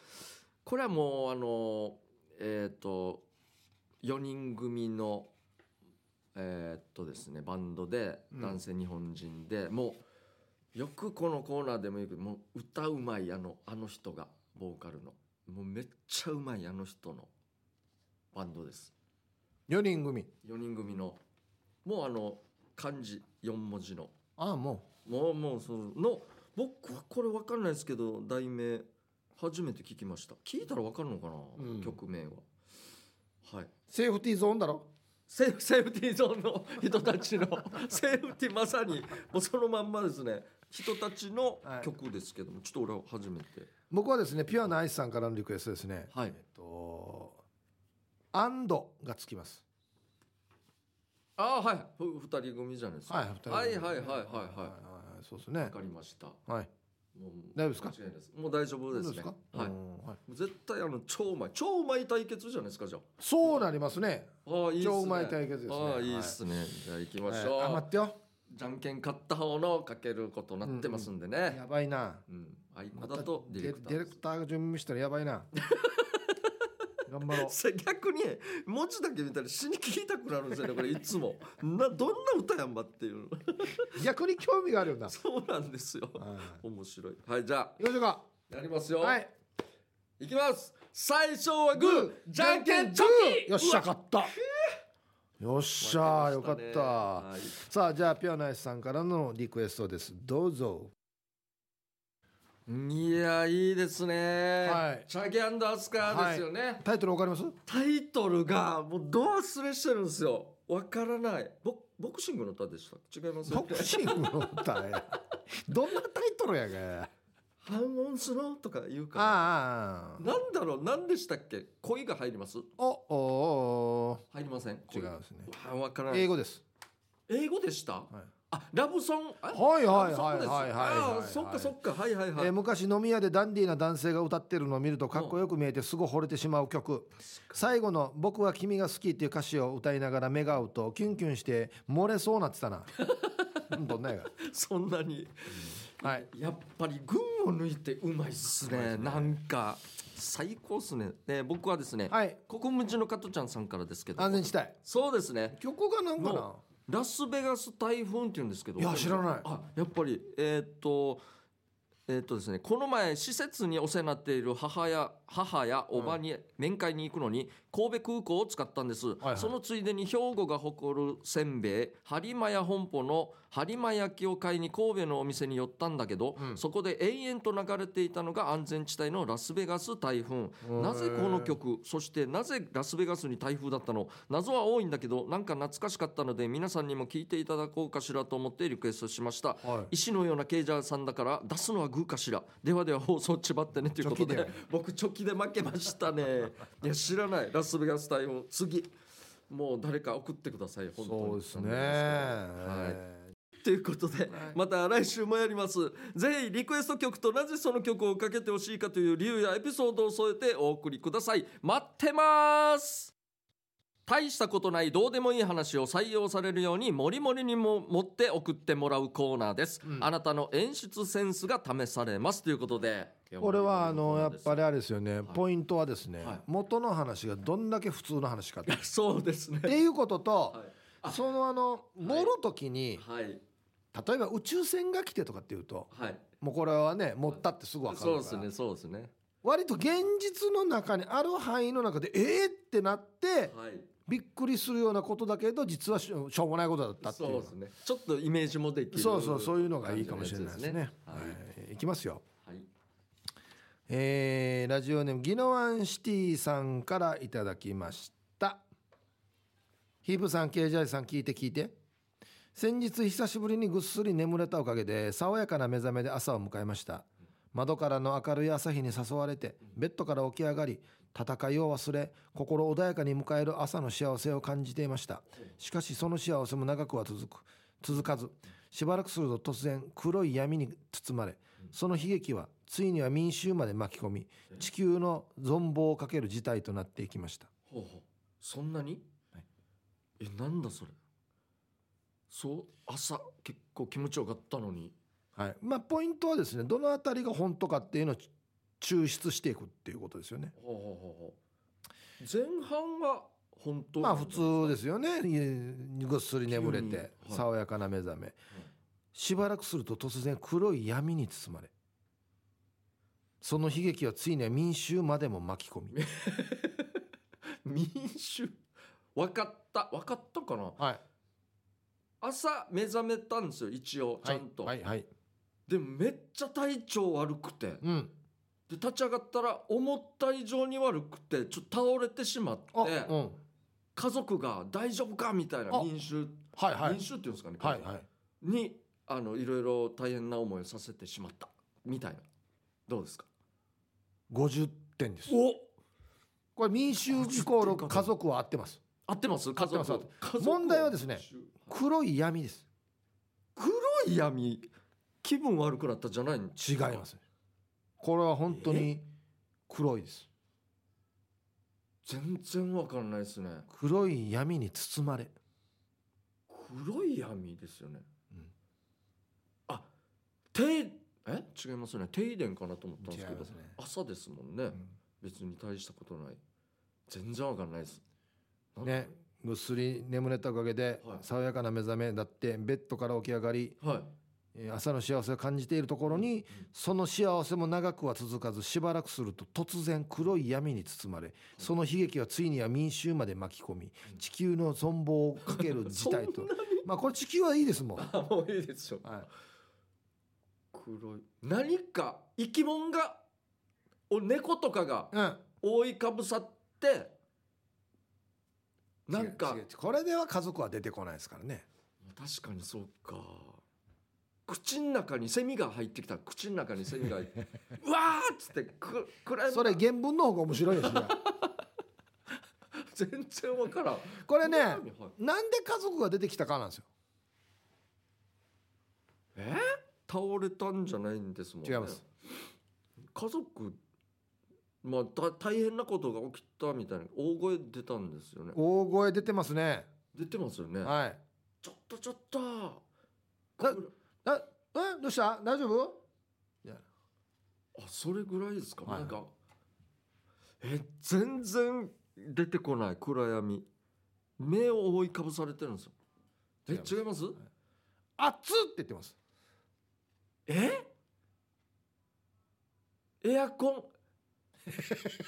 A: これはもうあのえっ、と4人組のえっとですねバンドで
B: うん
A: 男性日本人で、もうよくこのコーナーでも言うけどもう歌うまいあのあの人がボーカルのもうめっちゃうまいあの人のバンドです
B: 4人組
A: 4人組のもうあの漢字4文字の
B: ああも
A: もうもうそのの僕はこれ分かんないですけど題名初めて聞きました聞いたら分かるのかな、
B: うん
A: 曲名ははいう
B: セーフティーゾーンだろ
A: セーフセーフティーゾーンの *laughs* 人たちのセーフティーまさにもうそのまんまですね人たちの
B: はい
A: 曲ですけども、ちょっと俺は初めて
B: 僕はですねピュアなアイスさんからのリクエストですね
A: はい
B: えっと「アンド」がつきます
A: あーはいふ二人組じゃないですか
B: はい、二人
A: はいはいはいはいはい
B: い。そうですね
A: わ。かりました
B: はい。
A: もう
B: 大丈夫ですか
A: 間違いないですもう大丈夫ですね
B: か。
A: はいも
B: うんはい。
A: う絶対あの超うまい超うまい対決じゃないですかじゃ
B: そうなりますね。
A: あああいいっすね
B: 超うまい対決ですね
A: ああいい
B: は
A: っ
B: い
A: すね、じゃあ行きましょう、
B: あ、待ってよ。
A: じゃんけん勝った方のかけることになってますんでね
B: やばいな。
A: うん、あいこ
B: ま
A: だ
B: た
A: とディレクター
B: ディレクターが準備したらやばいな。 *laughs* 頑張ろう。
A: せ逆に文字だけ見たら死に聞きたくなるんですよねこれいつもなどんな歌やんばっていう *laughs*
B: 逆に興味があるよな。
A: そうなんですよ
B: はい。
A: 面白いはいじゃ
B: 行きましょうか。
A: あやりますよ、
B: はい。
A: いきます最初はグーじゃんけんチョキ
B: よっしゃ、
A: うわ
B: 勝った。よっしゃ、よかっ
A: 負けましたね
B: た。
A: はい
B: さあ、じゃあ、ピアナイスさんからのリクエストです。どうぞ。
A: いやいいですね、
B: はい
A: チャギアンドアスカーですよね、
B: タイトルわかります。
A: タイトルがもうど忘れしてるんですよわからないボボクシングの歌でした違います
B: ボクシングの
A: *laughs*
B: 歌ね。どんなタイトルやが。あ
A: ハンモンスのとか言う
B: あ
A: か
B: ああ。
A: らなんだろう何でしたっけ恋が入ります
B: お、お、お
A: 入りません恋
B: 違うですね。
A: あわからない
B: 英語です。
A: 英語でした、
B: はい
A: あラブソンあ
B: はいは
A: ラ
B: い
A: ブソングです
B: はいはいはいは
A: あ
B: い
A: ーそっかそっかはいはいはい、
B: えー昔飲み屋でダンディーな男性が歌ってるのを見るとかっこよく見えてすぐ惚れてしまう曲最後の「僕は君が好き」っていう歌詞を歌いながら目が合うとキュンキュンして漏れそうなって
A: *laughs*
B: たなうんどんなや
A: そんなに
B: がはい
A: やっぱり群を抜いてうまいっすねなんか最高っすね、えー僕はですね、
B: はい
A: ここむじの加トちゃんさんからですけど
B: 安全地帯
A: そうですね
B: 曲がなんかな
A: のラスベガス台風っていうんですけど
B: いや知らない
A: あやっぱりえーっとえーっとですね、この前施設にお世話になっている母や母やおばに面会に行くのに神戸空港を使ったんです、
B: はい
A: そのついでに兵庫が誇るせんべい播磨屋本舗の播磨焼を買いに神戸のお店に寄ったんだけど、
B: うん
A: そこで延々と流れていたのが安全地帯のラスベガス台風
B: ー
A: なぜこの曲そしてなぜラスベガスに台風だったの謎は多いんだけどなんか懐かしかったので皆さんにも聞いていただこうかしらと思ってリクエストしました、
B: はい
A: 石のようなケイジャーさんだから出すのはグーかしらではでは放送ちばってねということで
B: チョキで
A: 僕チョキで負けました
B: *laughs*
A: ねいや知らないラスベガス台風次もう誰か送ってください本当に
B: そうですね、
A: はいということで、また来週もやります。ぜひリクエスト曲となぜその曲をかけてほしいかという理由やエピソードを添えてお送りください。待ってます大したことないどうでもいい話を採用されるようにもりもりにも持って送ってもらうコーナーです、あなたの演出センスが試されますということで
B: これはあのやっぱ
A: り
B: りあれですよね、ポイントはですね、
A: はい
B: 元の話がどんだけ普通の話かって
A: *laughs* そうですね
B: っていうことと、
A: はいあ
B: そのあの盛る時に、
A: はい
B: 例えば宇宙船が来てとかっていうと
A: はい
B: もうこれはね持ったってすぐ分かる
A: そ
B: か
A: う
B: ら
A: ですねそうですね
B: 割と現実の中にある範囲の中でええってなって
A: はい
B: びっくりするようなことだけど実はしょしょうもないことだったっていう
A: そうですねちょっとイメージもできる
B: そうそうそういうのがいいかもしれないですね
A: は
B: はい、いきますよ
A: い、はい
B: えーラジオネームギノワンシティさんからいただきましたヒープさんケイジャイさん聞いて聞いて先日久しぶりにぐっすり眠れたおかげで爽やかな目覚めで朝を迎えました窓からの明るい朝日に誘われてベッドから起き上がり戦いを忘れ心穏やかに迎える朝の幸せを感じていましたしかしその幸せも長くは続く続かずしばらくすると突然黒い闇に包まれその悲劇はついには民衆まで巻き込み地球の存亡をかける事態となっていきました
A: ほうほうそんなに、
B: はい
A: えなんだそれそう朝結構気持ちよかったのに
B: はい、まあポイントはですねどのあたりが本当かっていうのを抽出していくっていうことですよね。
A: ほうほうほうほう前半は本当
B: まあ
A: なん
B: 普
A: だ
B: 通ですよねいぐっすり眠れ
A: 急には
B: て
A: い
B: 爽やかな目覚め、しばらくすると突然黒い闇に包まれその悲劇はついには民衆までも巻き込み、
A: 民衆わかったわかったかな
B: はい、
A: 朝目覚めたんですよ一応ちゃんと、
B: はいはい、
A: でもめっちゃ体調悪くて、で
B: うん
A: 立ち上がったら思った以上に悪くてちょっと倒れてしまって
B: あ、うん
A: 家族が大丈夫かみたいな
B: あ
A: 民衆
B: はいはい
A: 民衆っていうんですかね、
B: はいはい
A: にあのいろいろ大変な思いをさせてしまったみたいなどうですか
B: 50点です
A: お
B: これ民衆イコール家族は合ってます
A: 合ってます家族
B: 合ってます
A: 家族
B: 問題はですね黒い闇です
A: 黒い闇気分悪くなったじゃないん
B: 違いますこれは本当に黒いです
A: 全然わかんないですね
B: 黒い闇に包まれ
A: 黒い闇ですよね、
B: うん
A: あ停え違いますね停電かなと思ったんですけ
B: 違い
A: ど
B: ますね
A: 朝ですもんね、別に大したことない全然わかんないですなん
B: ねぐっすり眠れたおかげで
A: はい
B: 爽やかな目覚めだってベッドから起き上がり
A: はい
B: えー朝の幸せを感じているところにその幸せも長くは続かずしばらくすると突然黒い闇に包まれその悲劇はついには民衆まで巻き込み地球の存亡をかける事
A: *laughs*
B: 態
A: そ
B: と
A: んなに
B: まあこれ地球はいいですもん、は
A: あもういいでしょう黒い何か生き物がお猫とかが
B: い、うん
A: 覆いかぶさってなんか
B: 違う違うこれでは家族は出てこないですからね
A: 確かにそうか口の中にセミが入ってきた口の中にセミが入って
B: *laughs*
A: うわーっつってく暗い
B: それ原文の方が面白いですね
A: *laughs* 全然わからん
B: これね
A: はい
B: なんで家族が出てきたかなんですよ
A: え倒れたんじゃないんですもんね
B: 違います
A: 家族まあた大変なことが起きたみたいな大声出たんですよね
B: 大声出てますね
A: 出てますよね
B: はい
A: ちょっとちょっと
B: な
A: これ
B: あえどうした大丈夫
A: あそれぐらいですか、
B: はい
A: なんかえ全然出てこない暗闇目を覆いかぶされてるんですよえ
B: 違
A: 違
B: い
A: い
B: ま
A: ますす
B: 熱っって言ってます
A: えエアコ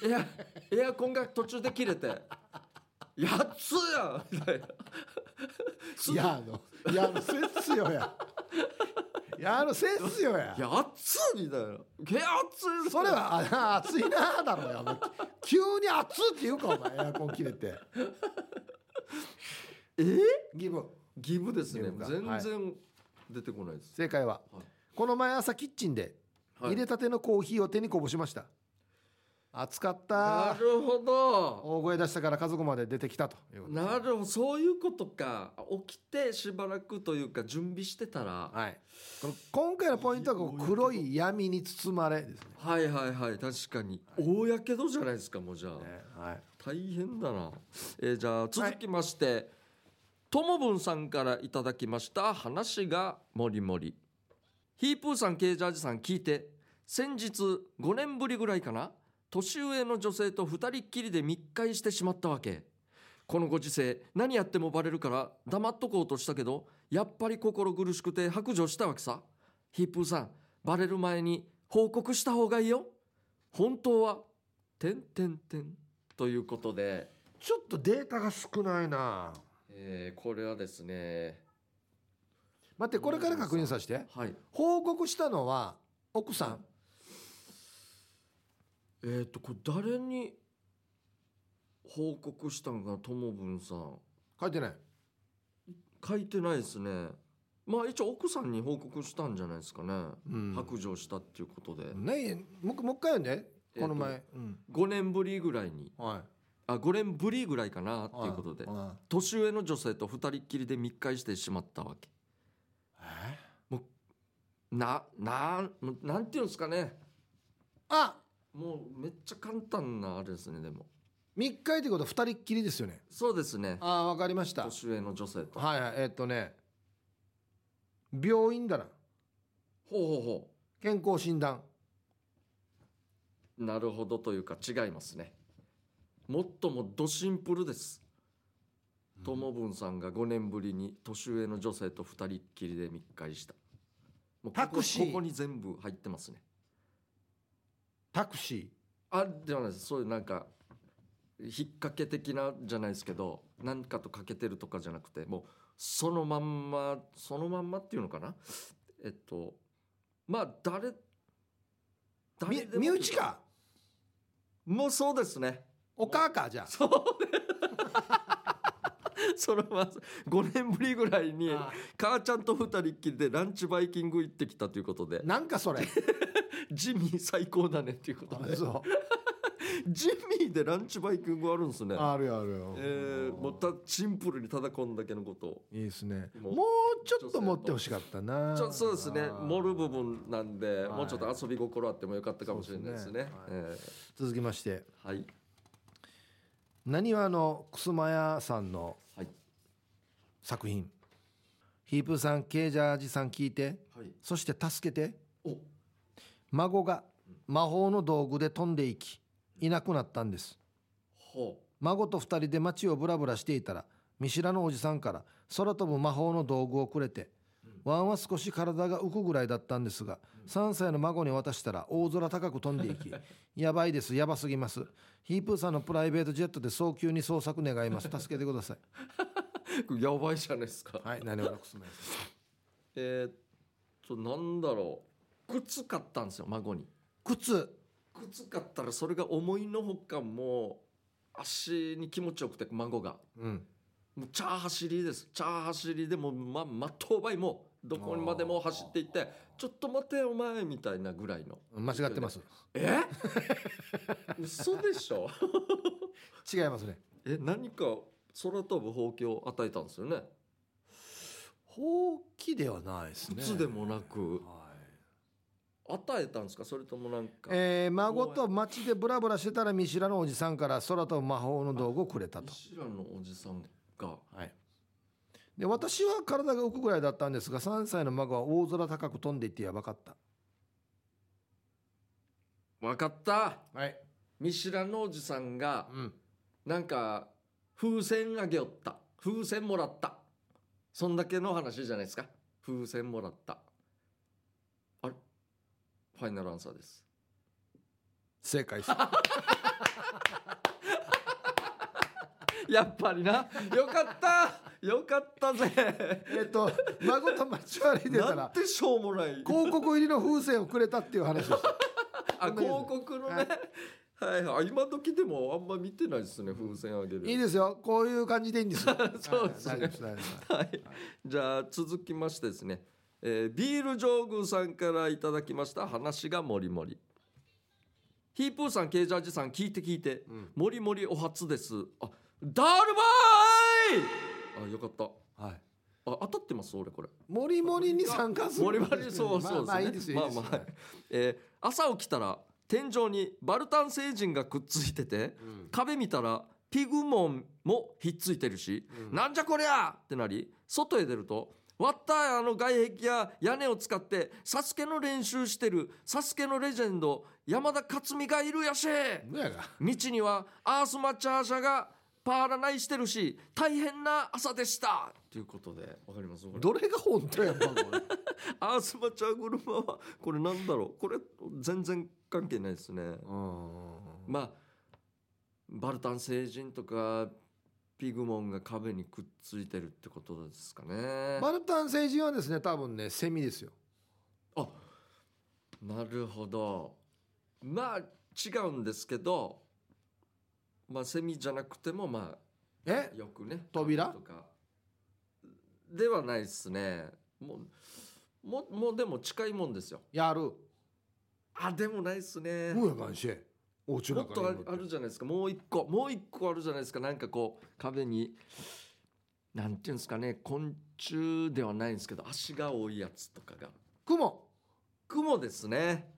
A: ンエアエアコンが途中で切れて「やっつや!」みたいな
B: いやあのいやあのせっすよやいやあのせっすよ
A: 「
B: や
A: やっつ!」みたいな「けやっつ!」
B: それはあ暑いなあだろうやもう急に暑って言うかお前エアコン切れて
A: え
B: ギブ
A: ギブですね
B: ギブか
A: 全
B: はい
A: 然出てこないです、
B: 正解は
A: はい
B: この前朝キッチンで
A: はい
B: 入れたてのコーヒーを手にこぼしました暑かった
A: なるほど
B: 大声出したから家族まで出てきたということです
A: なるほどそういうことか起きてしばらくというか準備してたら、は
B: はいこの今回のポイントはこう黒い闇に包まれですね
A: いはいはい確かに、大やけどじゃないですかもうじゃあ、
B: ねはい
A: 大変だな、えーじゃあ続きまして、ともぶんさんからいただきました話がもりもりヒープーさんケイジャージさん聞いて先日5年ぶりぐらいかな年上の女性と2人っきりで密会してしまったわけこのご時世何やってもバレるから黙っとこうとしたけどやっぱり心苦しくて白状したわけさヒープーさんバレる前に報告した方がいいよ本当はてんてんてんということで、
B: ちょっとデータが少ないな
A: えーこれはですね
B: 待ってこれから確認させて
A: はい
B: 報告したのは奥さん
A: えっ、とこれ誰に報告したのかなともぶんさん
B: 書いてない
A: 書いてないですねまあ一応奥さんに報告したんじゃないですかね、
B: うん
A: 白状したっていうことで、
B: ねもうもう一回読んで
A: えーと
B: この前うん
A: 5年ぶりぐらいに
B: はい
A: あ5年ぶりぐらいかなっていうことで
B: は
A: 年上の女性と2人っきりで密会してしまったわけ
B: いえ
A: なななんていうんですかね
B: あ
A: もうめっちゃ簡単なあれですねでも
B: 密会ってことは二人っきりですよね
A: そうですね
B: ああわかりましたはい
A: 年上の女性と
B: はいえーっとね病院だな
A: ほうほうほ
B: 健康診断
A: うなるほどというか違いますねもっともドシンプルですともぶんさんが5年ぶりに年上の女性と2人っきりで密会したもうここ
B: タクシー
A: ここに全部入ってますね
B: タクシ
A: あではないですそういうなんか引っ掛け的なじゃないですけど何かとかけてるとかじゃなくてもうそのまんまそのまんまっていうのかなえっとまあ誰
B: ーみ
A: 誰でも
B: 身内か
A: もうそうですね
B: お母かじゃ
A: そうねそのまま5年ぶりぐらいに
B: あ
A: 母ちゃんと2人っきりでランチバイキング行ってきたということで
B: なんかそれ
A: ジミー最高だねということで
B: そ
A: ジミーでランチバイキングあるんですね。
B: あるよあるよ。
A: えー、もうたシンプルにただこんだけのことを。
B: いいですね。
A: も
B: も
A: う
B: うちょっと持ってほしかったな。
A: ちょそうですね。盛る部分なんで、
B: はい
A: もうちょっと遊び心あってもよかったかもしれないですね。
B: そう続きまして、
A: えーはい。
B: なにわのまやさんの
A: はい。
B: 作品。ヒープーさん、ケージャージさん聞いて、
A: はい。
B: そして助けて。
A: お。
B: 孫が魔法の道具で飛んでいき、いなくなったんです。
A: ほ
B: 孫と二人で街をブラブラしていたら見知らぬおじさんから空飛ぶ魔法の道具をくれてワンは少し体が浮くぐらいだったんですが3歳の孫に渡したら大空高く飛んで *laughs* いきやばいですやばすぎますヒープーさんのプライベートジェットで早急に捜索願います助けてください
A: う。やばいじゃないですか。
B: はい何をなくすない
A: えー、っと、なんだろう。靴買ったんですよ、孫に。
B: 靴
A: 靴買ったら、それが思いのほかもう。足に気持ちよくて、孫が。
B: うん
A: もうチャー走りです。チャー走りでもう、ま、まっとうばいもう。どこにまでも走っていって、ちょっと待てよ、お前みたいなぐらいの。
B: 間違ってます
A: え *laughs* 嘘でしょ
B: 違いますね
A: え何か空飛ぶほうきを与えたんですよね
B: ほうきではないですね
A: 靴でもなく
B: はい
A: 与えたんですかそれともなんか、
B: えー孫と街でブラブラしてたら見知らぬおじさんから空と魔法の道具をくれたと
A: 見。知らぬおじさんが
B: はい、で私は体が浮くぐらいだったんですが3歳の孫は大空高く飛んでいってやばかった。
A: 分かった
B: はい
A: 見知らぬおじさんが
B: うん、
A: なんか風船あげよった風船もらったそんだけの話じゃないですか風船もらったあれファイナルアンサーです
B: 正解です。 *laughs*
A: やっぱりなよかったよかったぜ
B: えっと孫と街を歩いてた
A: なん
B: ら
A: てしょうもない
B: 広告入りの風船をくれたっていう話
A: *laughs*
B: です。
A: あ
B: ごめん
A: 広
B: なさい
A: 告のねはいはい今時でもあんま見てないですね風船あげる。
B: いいですよこういう感じでいいんですよ
A: *laughs* そうですね
B: はい大丈夫です大丈夫です
A: はいじゃあ続きましてですね、えービール上宮さんからいただきました話がもりもりヒープーさんケージャージさん聞いて聞いて、
B: うん
A: もりもりお初ですあダルバーイあよかった
B: はい
A: あ当たってます俺これ
B: モリモリに参加する。
A: モリモリそうそうですね
B: まあまあいいですよ。いいですよ
A: まあまあえー朝起きたら天井にバルタン星人がくっついてて、
B: うん
A: 壁見たらピグモンもひっついてるし、
B: うん
A: なんじゃこりゃってなり外へ出ると割ったあの外壁や屋根を使ってサスケの練習してるサスケのレジェンド山田勝美がいるやし
B: どうやが
A: 道にはアースマチャー社がパーラナイしてるし大変な朝でしたということでわかりますこれ
B: どれが本当やん孫
A: アースマチャーグルマはこれなんだろうこれ全然関係ないですね
B: うん
A: まあバルタン星人とかピグモンが壁にくっついてるってことですかね、
B: バルタン星人はですね多分ねセミですよ
A: あなるほどまあ違うんですけどまあセミじゃなくてもま
B: え
A: あよくね
B: 扉
A: とかではないですねもうもうもうでも近いもんですよ
B: やる
A: あでもないですね
B: もうやかんしお家
A: も
B: の
A: っ
B: 中
A: と
B: に
A: あ
B: いる
A: る
B: って
A: あるじゃないですかもう一個もう一個あるじゃないですかなんかこう壁になんていうんですかね昆虫ではないんですけど足が多いやつとかが
B: 雲
A: 雲ですね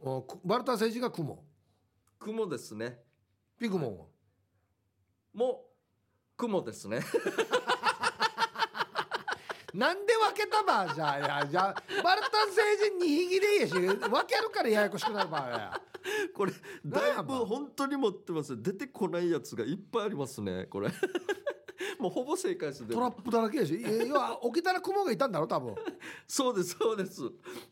B: おくバルタン星人が雲
A: 雲ですね
B: ピグモンは
A: もう雲ですね *laughs*
B: なんで分けたばじゃあいやじゃあバルタン星人にひぎれやし分けるからややこしくなるばや
A: これ
B: なん
A: だ
B: や
A: いぶ
B: まあ
A: 本当に持ってます出てこないやつがいっぱいありますねこれ *laughs* もうほぼ正解ですね
B: トラップだらけやしいや要は起きたら雲がいたんだろ多分
A: そうですそうです、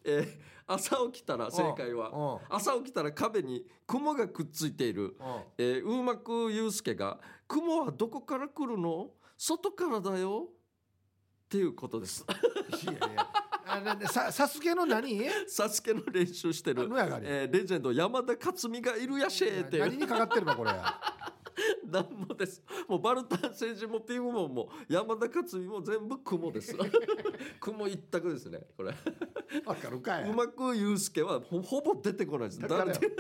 A: えー朝起きたら正解は
B: は
A: 朝起きたら壁に雲がくっついている
B: う
A: えー、うまくゆうすけが「雲はどこから来るの外からだよ」っていうことです。 *laughs*
B: んいやいやあなんでさサスケの何
A: サスケの練習して
B: あ
A: る
B: の、やがり
A: えーレジェンド山田勝美がいるやしーってい
B: 何
A: う *laughs*
B: にかかってるばこれや
A: なんもですもうバルタン星人もピームモンも山田勝美も全部雲です *laughs* 雲一択ですねこれ
B: 分かるかいう
A: まくゆうすけはほほぼ出てこないです
B: だから
A: だって *laughs*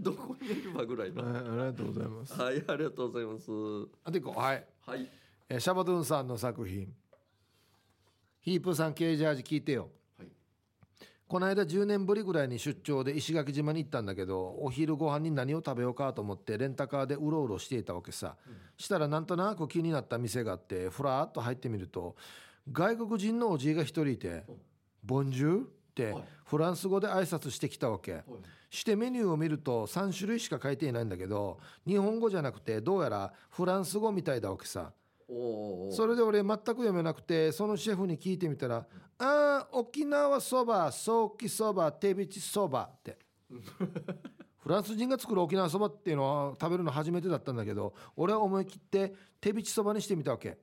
A: どこにいるわぐらいの。
B: はいありがとうございます
A: はい、ありがとうございます。
B: あと一個はい、
A: はい。
B: えーシャバドゥンさんの作品ヒープーさんケージャージ聞いてよ
A: はい。
B: この間10年ぶりぐらいに出張で石垣島に行ったんだけどお昼ご飯に何を食べようかと思ってレンタカーでうろうろしていたわけさ、したらなんとなく気になった店があってふらっと入ってみると外国人のおじいが一人いて
A: うん
B: 「ボンジュール」って
A: はい
B: フランス語で挨拶してきたわけ
A: はい
B: してメニューを見ると3種類しか書いていないんだけど日本語じゃなくてどうやらフランス語みたいだわけさ
A: おおお。
B: それで俺全く読めなくてそのシェフに聞いてみたら「あー沖縄そばソーキそば手びちそば」ってフランス人が作る沖縄そばっていうのは食べるの初めてだったんだけど俺は思い切って手びちそばにしてみたわけ、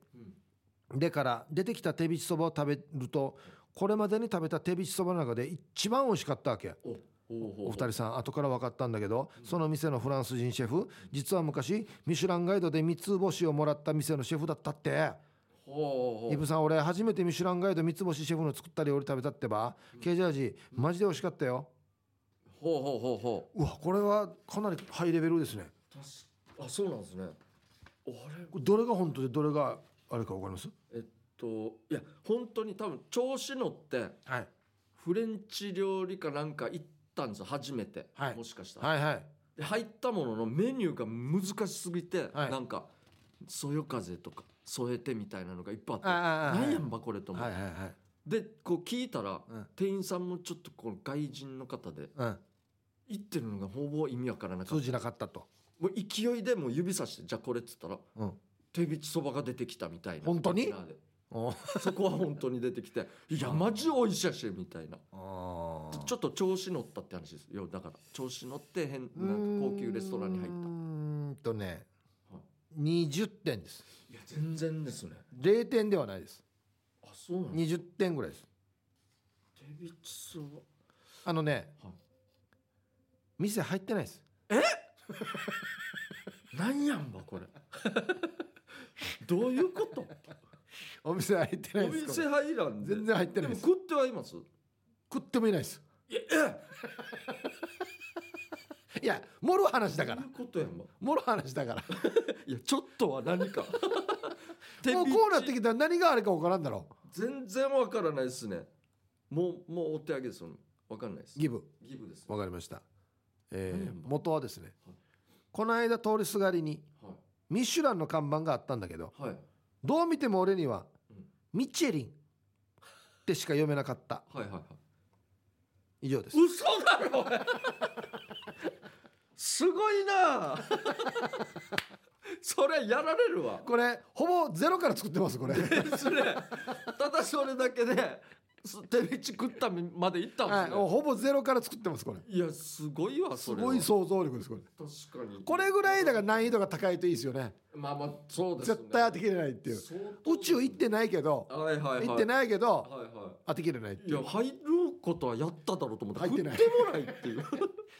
B: でから出てきた手びちそばを食べるとこれまでに食べた手びちそばの中で一番美味しかったわけ
A: おお
B: お
A: お
B: 二。人さん後から分かったんだけどその店のフランス人シェフ実は昔ミシュランガイドで三つ星をもらった店のシェフだったって
A: おおお
B: イ。ブさん俺初めてミシュランガイド三つ星シェフの作った料理食べたってばケージャージマジで美味しかったよ
A: ほうほうほうほ
B: うわこれはかなりハイレベルですね
A: う。確かあ、そうなんですね。あれ、
B: これどれが本当でどれがあれか分かります
A: えっと、いや、本当に多分調子乗って。
B: はい
A: フレンチ料理かなんか行ったんですよ初めて、
B: はい
A: もしかしたら、
B: はいはい
A: で入ったもののメニューが難しすぎて、
B: はい
A: なんか「そよ風」とか「添えて」みたいなのがいっぱいあって
B: ああああ
A: 何やんばこれと思う、
B: はいはいはい
A: でこう聞いたら、
B: うん
A: 店員さんもちょっとこの外人の方で
B: うん
A: 言ってるのがほぼ意味わからなかっ
B: 通
A: た
B: じなかったと
A: もう勢いでもう指さして「じゃあこれ」っつったら
B: うん
A: 手びちそばが出てきたみたいな
B: 本当に
A: 沖縄で
B: お
A: そこは本当に出てき
B: *laughs*
A: て「いやマジ美味しいやし」みたいな
B: あ
A: ちょっと調子乗ったって話ですよだから調子乗って変なんか高級レストランに入っ
B: うー
A: た
B: んとね
A: は
B: 20点です
A: いや全然ですね
B: 0点ではないです
A: あそうなんだ
B: 20点ぐらいです
A: 手びちそば
B: あのね、
A: はい
B: 店入ってないです
A: なんやんばこれ *laughs* どういうこと
B: お店入ってな
A: お
B: いです
A: 店入らんで
B: 全然入って
A: で
B: ない
A: も
B: です
A: 食ってはいます
B: 食ってもいないです
A: いやえ
B: *laughs* いやもろ話だか
A: ど
B: ら
A: ういうことやんば
B: もろ話だから
A: いやちょっとは何
B: *laughs*
A: か手びち
B: もうこうなってきたら何があれか分からんだろ
A: 全然わからないですねもうもうお手上げですよわかんないです
B: うギブ
A: ギブです
B: 分かりました、え
A: 何や
B: ー
A: んば
B: 元はですね
A: はい
B: この間通りすがりに
A: は
B: ミシュランの看板があったんだけど
A: いはい
B: どう見ても俺には
A: うん
B: ミチェリンってしか読めなかった
A: はいはいはい
B: 以上です
A: 嘘だろおいすごいなあそれやられるわ
B: これほぼゼロから作ってますこ
A: *laughs*
B: れは
A: ですねただそれだけです手道食ったまで行ったんです
B: い
A: ね、
B: ほぼゼロから作ってますこれ
A: い、やすごいわ
B: す
A: それは
B: ごい想像力ですこれ
A: 確かに
B: これぐらいだから難易度が高いといいですよね
A: まあまあそうですね
B: 絶対当てきれないっていう
A: 相当
B: 宇宙行ってないけど
A: はいはいはい
B: 行ってないけど
A: はいは
B: 当てきれないって
A: いい
B: い
A: や
B: う
A: 入ることはやっただろうと思って
B: 入ってない
A: 食ってもないっていう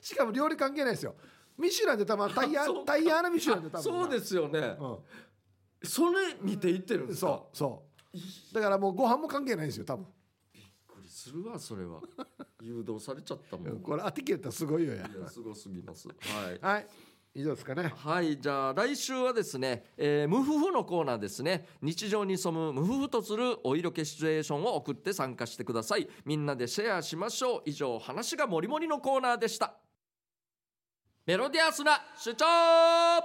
B: しかも料理関係ないですよミシュランでたまタイヤ
A: あそうか
B: タイヤのミシュランでたま
A: そうですよね、それ見ていってるん
B: うん
A: ですか
B: そうそうだからもうご飯も関係ないんですよ多分
A: びっくりするわそれ
B: *laughs*
A: は誘導されちゃったもんい
B: これ当てきれたらすごいよや
A: やすごすぎますはい
B: はい以上ですかね
A: はいじゃあ来週はですね、えー、無夫婦のコーナーですね日常に潜む無夫婦とするお色気シチュエーションを送って参加してくださいみんなでシェアしましょう以上話がもりもりのコーナーでしたメロディアスな主張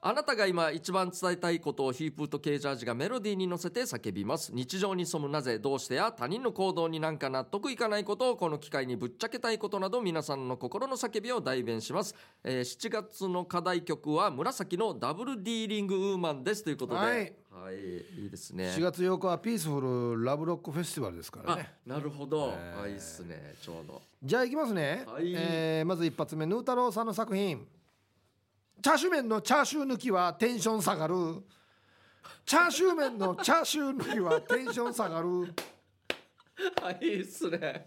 A: あなたが今一番伝えたいことをヒープーとケージャージがメロディーに乗せて叫びます日常に潜むなぜどうしてや他人の行動になんか納得いかないことをこの機会にぶっちゃけたいことなど皆さんの心の叫びを代弁します、えー7月の課題曲は紫のダブルディーリングウーマンですということでは
B: はいい、
A: い、いですね
B: 4月8日はピースフルラブロックフェスティバルですから
A: あ
B: ね
A: なるほど、
B: えー
A: あいいっすねちょうど
B: じゃあいきますね、
A: はい
B: えーまず一発目ヌー太郎さんの作品チャーシュー麺のチャーシュー抜きはテンション下がるチャーシュー麺のチャーシュー抜きはテンション下がる
A: はいっすねテ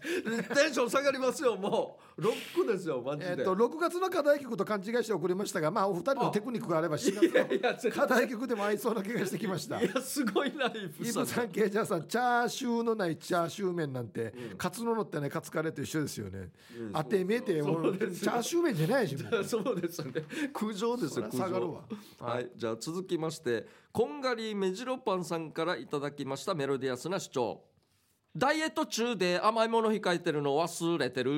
A: ンション下がりますよもうロックですよマジで、
B: えっと、6月の課題曲と勘違いして送りましたが、まあ、お二人のテクニックがあれば4
A: いや
B: 月
A: いや絶
B: の
A: 対
B: 課題曲でも合いそうな気がしてきました
A: いやすごいなイブ
B: イ
A: さん
B: ブさん、ケイジャーさん、チャーシューのないチャーシュー麺なんて、
A: うん
B: カツののってね、カツカレーと一緒ですよね。
A: うん
B: あてめえて、
A: そう
B: 俺チ
A: そうですよ
B: ャーシュー麺じゃないし、もう
A: そうですね *laughs* 苦情です
B: そり
A: よ
B: ゃ
A: 苦
B: 下がる
A: 情
B: わ。
A: は、
B: はい
A: じゃあ続きましてこんがりめじろパンさんからいただきましたメロディアスな主張ダイエット中で甘いもの控えてるの忘れてる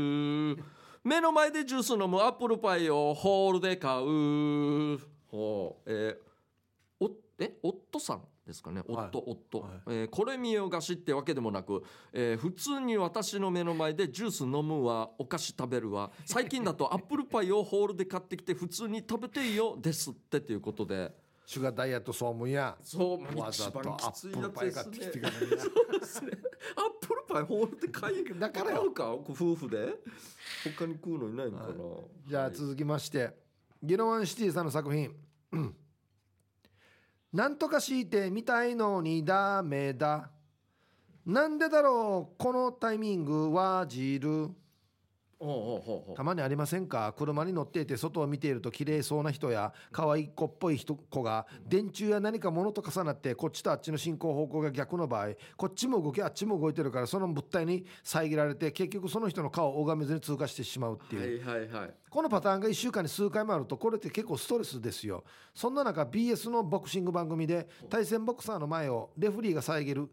A: 目の前でジュース飲むアップルパイをホールで買うほうえーおえ夫さんですかね夫、
B: はい
A: 夫、
B: はい
A: えーこれ見よがしってわけでもなく、えー普通に私の目の前でジュース飲むわお菓子食べる
B: *laughs*
A: わ最近だとアップルパイをホールで買ってきて普通に食べていいよですってということで
B: シュガーダイエット総務や。
A: そう
B: わざとアップルパイ買ってきてくれるな
A: そうですね。アップルパイホールで買い
B: だからよ
A: あるか夫婦
B: *laughs*
A: で他に食うのいないのかな。
B: じゃあ続きまして、ギノワンシティさんの作品。 *clears throat* うんなんとか強いてみたいのにダメだ。なんでだろうこのタイミングはじる。
A: おうおうおうお
B: たまにありませんか車に乗っていて外を見ていると綺麗そうな人や可愛い子っぽい人子が電柱や何か物と重なってこっちとあっちの進行方向が逆の場合こっちも動きあっちも動いてるからその物体に遮られて結局その人の顔を拝めずに通過してしまうって
A: う。
B: いう、
A: はいはいはい。
B: このパターンが1週間に数回もあるとこれって結構ストレスですよそんな中 BS のボクシング番組で対戦ボクサーの前をレフリーが遮る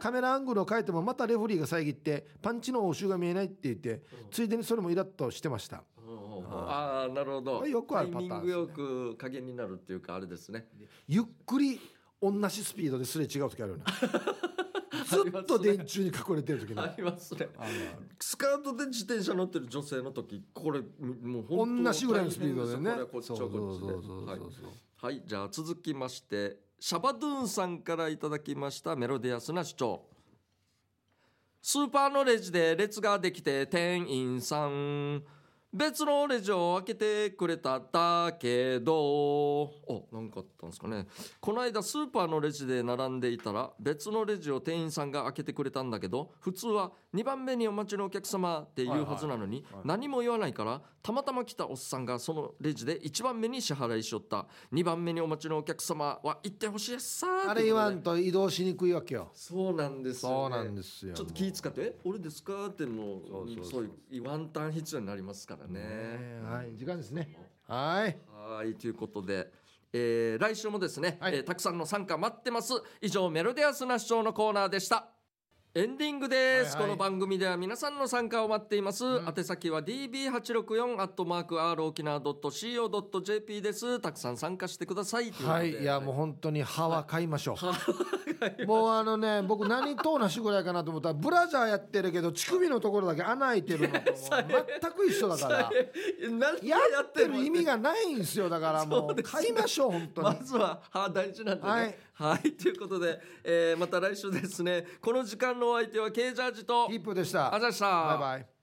B: カメラアングルを変えてもまたレフリーが遮ってパンチの応酬が見えないって言ってついでにそれもイラッとしてました
A: おうおうおうああなるほ
B: こ
A: ど。
B: れよくあるパターン
A: タイミングよく加減になるっていうかあれですね。
B: ゆっくり同じスピードですれ違う時あ *laughs* るよねず
A: あり
B: っ
A: ま
B: と
A: すね
B: 電柱に隠れてる時の
A: ありますね。
B: あるある
A: スカートで自転車乗ってる女性の時これもう本当
B: 同じぐらいのスピードでね
A: 大変すよこれこっちはこっちではいはい、じゃあ続きまして、シャバドゥンさんからいただきましたメロディアスな主張。スーパーのレジで列ができて店員さん。別のレジを開けてくれただけど、お、なんかあったんですかね。この間スーパーのレジで並んでいたら、別のレジを店員さんが開けてくれたんだけど、普通は2番目にお待ちのお客様って言うはずなのに、
B: はいはい
A: 何も言わないからたまたま来たおっさんがそのレジで1番目に支払いしよった2番目にお待ちのお客様は行ってほしいっすさ
B: あれ言わ
A: とい
B: ん
A: うことで
B: と移動しにくいわけよ
A: そうなんですよ、ね、
B: そうなんですよ
A: ちょっと気使ってえ「俺ですか?」ってもう
B: そうそうそう
A: そういうワンタン必要になりますからね
B: ねはい、時間ですね。はい。
A: はいということで、えー来週もですね、
B: はい
A: えーたくさんの参加待ってます以上メロディアスな主張のコーナーでしたエンディングです、
B: はいはい
A: この番組では皆さんの参加を待っています、
B: うん
A: 宛先は db864 アットマーク r 沖縄 .co.jp ですたくさん参加してください
B: はい、いや、もう
A: う
B: 本当に歯は買いましょう。もうあのね、僕何と同じぐらいかなと思ったら、ブラジャーやってるけど、乳首のところだけ穴開いてるの *laughs* ともう全く一緒だから。
A: *laughs* 何
B: やってる意味
A: が
B: がないんですよ、だからも
A: そう
B: う
A: ですね
B: 買いましょう、本当
A: ま
B: に。
A: ずは歯大事なんでね
B: はい
A: はい、ということで、えーまた来週ですねこの時間のお相手は K ジャージと
B: ヒップでした。
A: あざした
B: バイバイ。